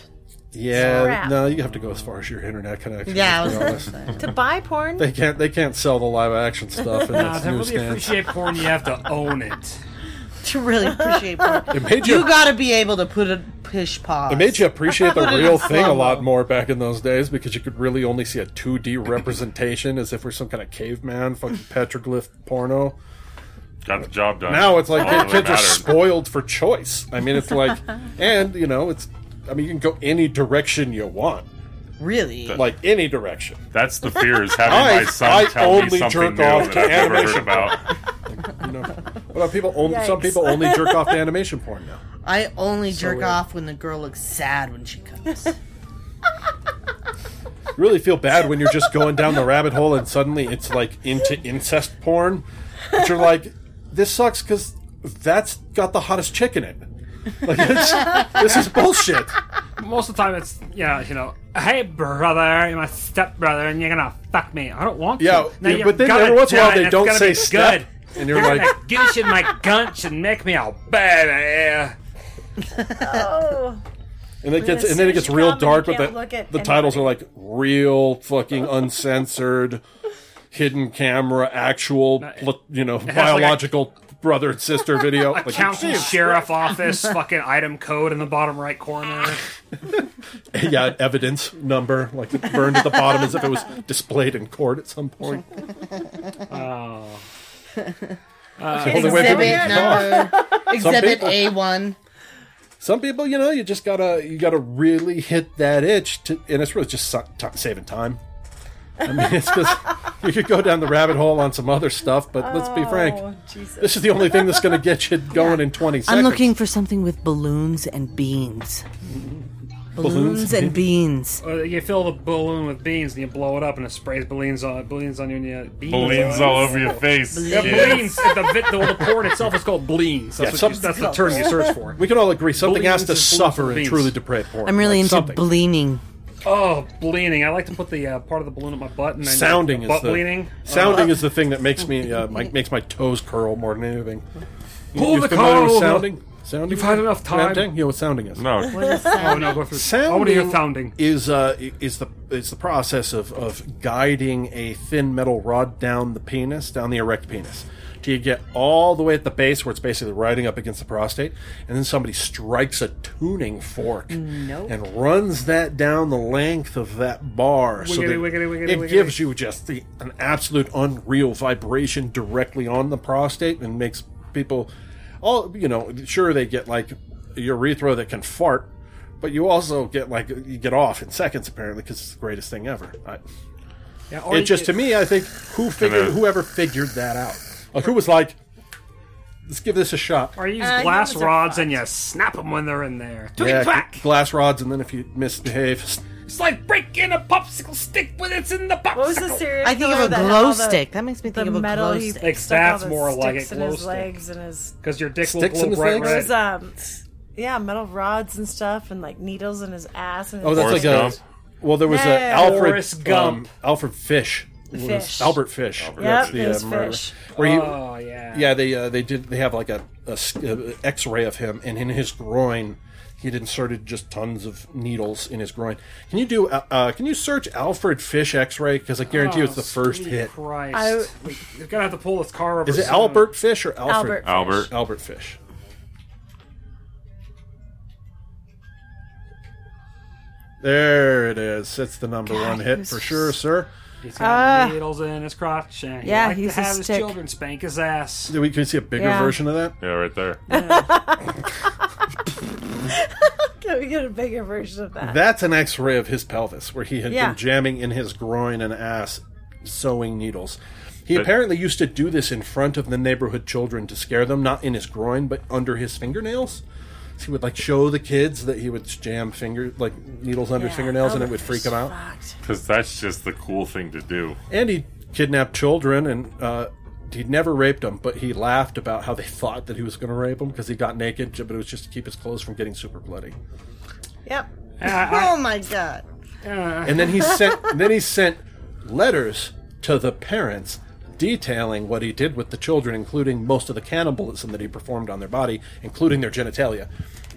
S5: Yeah,
S4: Crap.
S5: no, you have to go as far as your internet connection.
S4: Yeah,
S5: let's be
S4: I was
S5: honest.
S4: to buy porn?
S5: They can't. They can't sell the live action stuff in
S3: Nah,
S5: its
S3: to really
S5: newsstands.
S3: appreciate porn, you have to own it.
S7: To really appreciate porn.
S5: It made
S7: you
S5: you-
S7: gotta be able to put a push pause.
S5: It made you appreciate the
S7: Put it in
S5: real thing a
S7: slow-mo.
S5: lot more back in those days because you could really only see a 2D representation as if we're some kind of caveman, fucking petroglyph porno.
S6: Got the job done.
S5: Now it's like
S6: All that
S5: kids are
S6: mattered.
S5: spoiled for choice. I mean, it's like, and you know, it's. I mean, you can go any direction you want.
S7: Really?
S5: Like any direction.
S6: That's the fear is having my son
S5: I
S6: tell me
S5: only
S6: something
S5: jerk
S6: new
S5: off
S6: that
S5: to
S6: I've never heard
S5: animation
S6: about.
S5: You know, what about people? Only, some
S7: Yikes.
S5: people only jerk off to animation porn now.
S7: I only
S5: So
S7: jerk
S5: weird.
S7: off when the girl looks sad when she comes.
S5: You really feel bad when you're just going down the rabbit hole and suddenly it's like into incest porn. But you're like, this sucks because that's got the hottest chick in it. Like, it's, this is bullshit.
S3: Most of the time, it's yeah, you know, hey brother, you're my stepbrother, and you're gonna fuck me. I don't want
S5: Yeah,
S3: to. Now
S5: yeah,
S3: you
S5: but then
S3: gotta
S5: every once in a while
S3: do it,
S5: they
S3: it's
S5: don't
S3: gonna
S5: say
S3: be
S5: step,
S3: good.
S5: and you're
S3: You're
S5: like-
S3: gonna "Goosh in my gunch and make me a baby."
S4: Oh.
S5: And it
S4: We're
S5: gets
S4: gonna
S5: and then it gets
S4: search
S5: real
S4: up and
S5: dark,
S4: we
S5: but
S4: can't look
S5: the,
S4: at
S5: the titles are like real fucking uncensored, hidden camera, actual pl- you know
S3: has, like, a-
S5: biological brother and sister video. Like,
S3: County
S5: Jesus.
S3: sheriff office, fucking item code in the bottom right corner.
S5: yeah, evidence number like burned at the bottom as if it was displayed in court at some point.
S3: Oh.
S5: Well, they went through
S7: Exhibit
S5: the car.
S7: number.
S5: Some
S7: Exhibit
S5: people-
S7: A one.
S5: Some people, you know, you just gotta you gotta really hit that itch, to, and it's really just su- ti saving time. I mean, it's just you could go down the rabbit hole on some other stuff, but let's be
S7: Oh,
S4: Oh.
S5: frank, this is the only thing that's gonna get you going in twenty seconds.
S7: I'm looking for something with balloons and beans. Balloons and beans.
S3: Uh, you fill the balloon with beans and you blow it up and it sprays balloons on balloons on your yeah, beans
S6: Balloons all over your face.
S3: Yeah,
S6: kid.
S3: balloons. the, vi- the, the porn itself is called bleens. That's, what you, that's the term you search for.
S5: We can all agree something has to
S3: Balloons and
S5: suffer
S3: balloons
S5: in
S3: and
S5: truly
S3: beans.
S5: depraved porn.
S7: I'm really
S5: Like,
S7: into
S5: something.
S7: bleaning.
S3: Oh, bleaning. I like to put the uh, part of the balloon at my butt and then uh,
S5: sounding.
S3: butt
S5: is the,
S3: bleaning.
S5: Sounding is the thing that makes me uh, my, makes my toes curl more than anything. You-
S3: Pull
S5: you
S3: the
S5: familiar with
S3: car over.
S5: Sounding. Sounding.
S3: You've had enough time.
S5: Sounding? You know what sounding is?
S6: No.
S3: What is sounding? Oh, no, go through- I wanna hear sounding.
S5: Is uh i- is the is the process of of guiding a thin metal rod down the penis, down the erect penis. Till you get all the way at the base where it's basically riding up against the prostate, and then somebody strikes a tuning fork
S7: Nope.
S5: and runs that down the length of that bar so
S3: Wiggity,
S5: that
S3: wiggity, wiggity,
S5: it
S3: wiggity.
S5: gives you just the, an absolute unreal vibration directly on the prostate and makes people all you know sure they get like urethra that can fart but you also get like you get off in seconds apparently because it's the greatest thing ever I,
S3: Yeah,
S5: it just to me i think who figured
S6: Kinda-
S5: whoever figured that out like who was like let's give this a shot
S3: Or you use
S17: Uh, you
S3: glass
S17: guys are
S3: rods and you snap them when they're in there.
S5: yeah,
S3: Yeah,
S5: g- glass rods and then if you misbehave
S3: It's like breaking a popsicle stick when it's in the popsicle.
S4: What was the serial
S7: I think
S4: killer
S7: of a
S4: that had
S7: glow
S4: all the-
S7: stick. That makes me think
S4: the
S7: of a
S4: metal
S7: glow
S4: he
S7: stick. Like,
S4: stuck all
S3: that's
S4: the
S3: more like a
S4: sticks in
S3: glow
S4: his
S3: stick.
S4: legs and his
S3: Because your dick
S5: Sticks in
S3: will
S5: his
S3: blow bright
S5: legs?
S4: There
S3: red.
S4: was, um, yeah, metal rods and stuff, and like needles in his ass. And
S5: Oh, that's
S4: his
S5: like a. Well, there was
S4: No.
S5: a Alfred
S4: Forrest Gump.
S5: um, Alfred Fish. was-
S4: Fish.
S5: Albert Fish.
S4: Albert
S5: That's
S4: Fish. Yep, it was
S5: murderer.
S4: Fish.
S5: Where you,
S3: Oh, yeah.
S5: Yeah, they uh, they did. They have like a, a s- a X-ray of him, and in his groin, he had inserted just tons of needles in his groin. Can you do? Uh, uh, can you search Alfred Fish X-ray? Because I guarantee you, it's
S4: Oh,
S5: the first
S3: Oh, Sweet
S5: hit.
S3: Christ.
S4: I-
S3: we, are gonna have to pull this car over.
S5: Is it
S3: soon.
S5: Albert Fish or Alfred?
S4: Albert Fish. Albert.
S5: Albert Fish. There it is. That's the number one hit for sure, sir.
S3: He's got
S4: Ah.
S3: needles in his crotch, and
S4: Yeah,
S3: he like
S4: he's
S3: to
S4: a
S3: have his
S4: stick.
S3: children spank his ass.
S5: Do we can we see a bigger
S4: Yeah.
S5: version of that?
S6: Yeah, right there.
S4: Can we get a bigger version of that?
S5: That's an X-ray of his pelvis, where he had
S4: Yeah.
S5: been jamming in his groin and ass sewing needles. He apparently used to do this in front of the neighborhood children to scare them, not in his groin, but under his fingernails. So he would like show the kids that he would jam finger like needles under his fingernails,
S4: Oh,
S5: and it would freak them out.
S6: Because that's just the cool thing to do.
S5: And he kidnapped children, and uh, he never raped them, but he laughed about how they thought that he was going to rape them because he got naked, but it was just to keep his clothes from getting super bloody.
S7: Yep.
S5: I-
S7: oh my god.
S5: And then he sent then he sent letters to the parents detailing what he did with the children, including most of the cannibalism that he performed on their body, including their genitalia.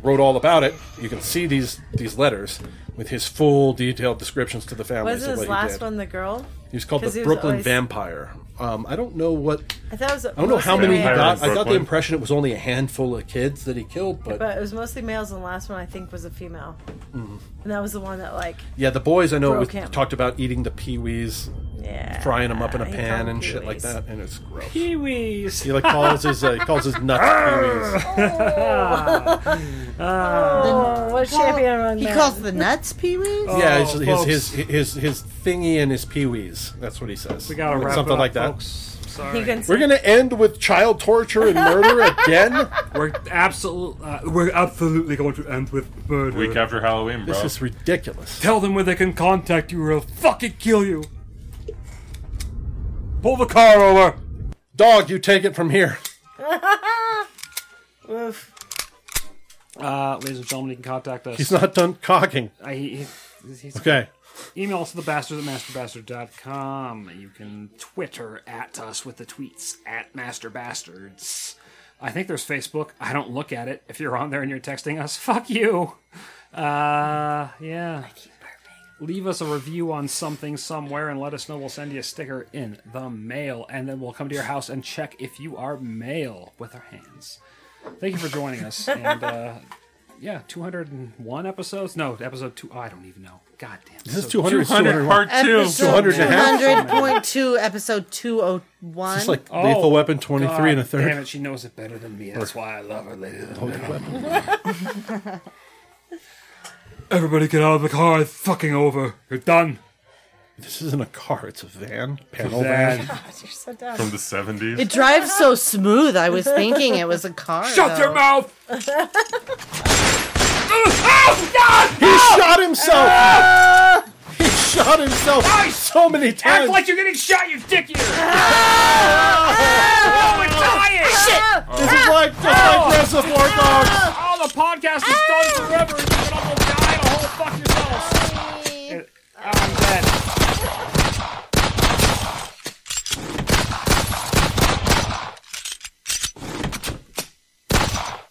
S5: Wrote all about it. You can see these these letters with his full detailed descriptions to the families
S4: Was
S5: of
S4: his
S5: what he
S4: last
S5: did.
S4: one the girl?
S5: He was called
S4: 'Cause
S5: the
S4: was
S5: Brooklyn
S4: always-
S5: Vampire. Um, I don't know what
S4: I thought it was.
S5: I don't know how many he
S4: mostly males,
S5: got. I got the
S6: Brooklyn.
S5: impression it was only a handful of kids that he killed, but,
S4: but, it was mostly males, and the last one I think was a female,
S5: Mhm.
S4: and that was the one that like
S5: yeah, the boys I know it was,
S4: Broke him.
S5: talked about eating the peewees,
S4: Yeah,
S5: frying them up in a
S4: he
S5: pan
S4: called
S5: and shit like
S4: peewees.
S5: that, and it's gross.
S3: Peewees.
S5: He like calls his uh, he calls his
S3: Ah!
S5: nuts peewees.
S4: Oh, what champion among
S7: He
S4: men?
S7: calls the nuts peewees?
S3: Oh,
S5: yeah, it's his, his his his his thingy and his peewees. That's what he says. We
S3: gotta wrap
S5: something
S3: it up,
S5: like that.
S3: Sorry.
S4: You can
S5: We're gonna end with child torture and murder again.
S17: We're absolutely, uh, we're absolutely going to end with murder.
S6: Week after Halloween, bro.
S17: This
S5: is ridiculous.
S17: Tell them where they can contact you, or they'll fucking kill you. Pull the car over.
S5: Dog, you take it from here.
S4: Oof.
S3: Uh, ladies and gentlemen, you can contact us.
S5: He's not done cocking.
S3: I, he, he's, he's-
S5: Okay.
S3: Email us to the bastard at masterbastard.com. You can Twitter at us with the tweets at masterbastards. I think there's Facebook. I don't look at it. If you're on there and you're texting us, fuck you. Uh, yeah. Leave us a review on something somewhere and let us know. We'll send you a sticker in the mail, and then we'll come to your house and check if you are male with our hands. Thank you for joining us. And uh, yeah, 201 episodes? No, episode two. I don't even know. God damn.
S5: This is
S3: So
S5: 200, it's 201.
S7: Episode
S5: 200 and a half.
S7: 200.2, episode 201.
S5: It's like Lethal Weapon 23 and a
S3: Oh, God
S5: third.
S3: Damn it, she knows it better than me. That's why I love her. Lady.
S17: Everybody get out of the car. It's fucking over. You're done.
S5: This isn't a car. It's a van.
S17: Panel
S5: van.
S4: God, you're so dumb.
S6: From the 70s.
S7: It drives so smooth. I was thinking it was a car.
S17: Shut your
S7: though.
S17: mouth!
S3: Oh,
S5: He shot himself! He shot himself so many times!
S3: Ah! Act like you're getting shot, you dick eater!
S5: Oh,
S3: we're dying!
S5: Shit! This is like, just like Reservoir Dogs!
S3: Oh, the podcast is done forever. You can almost die in a whole fucking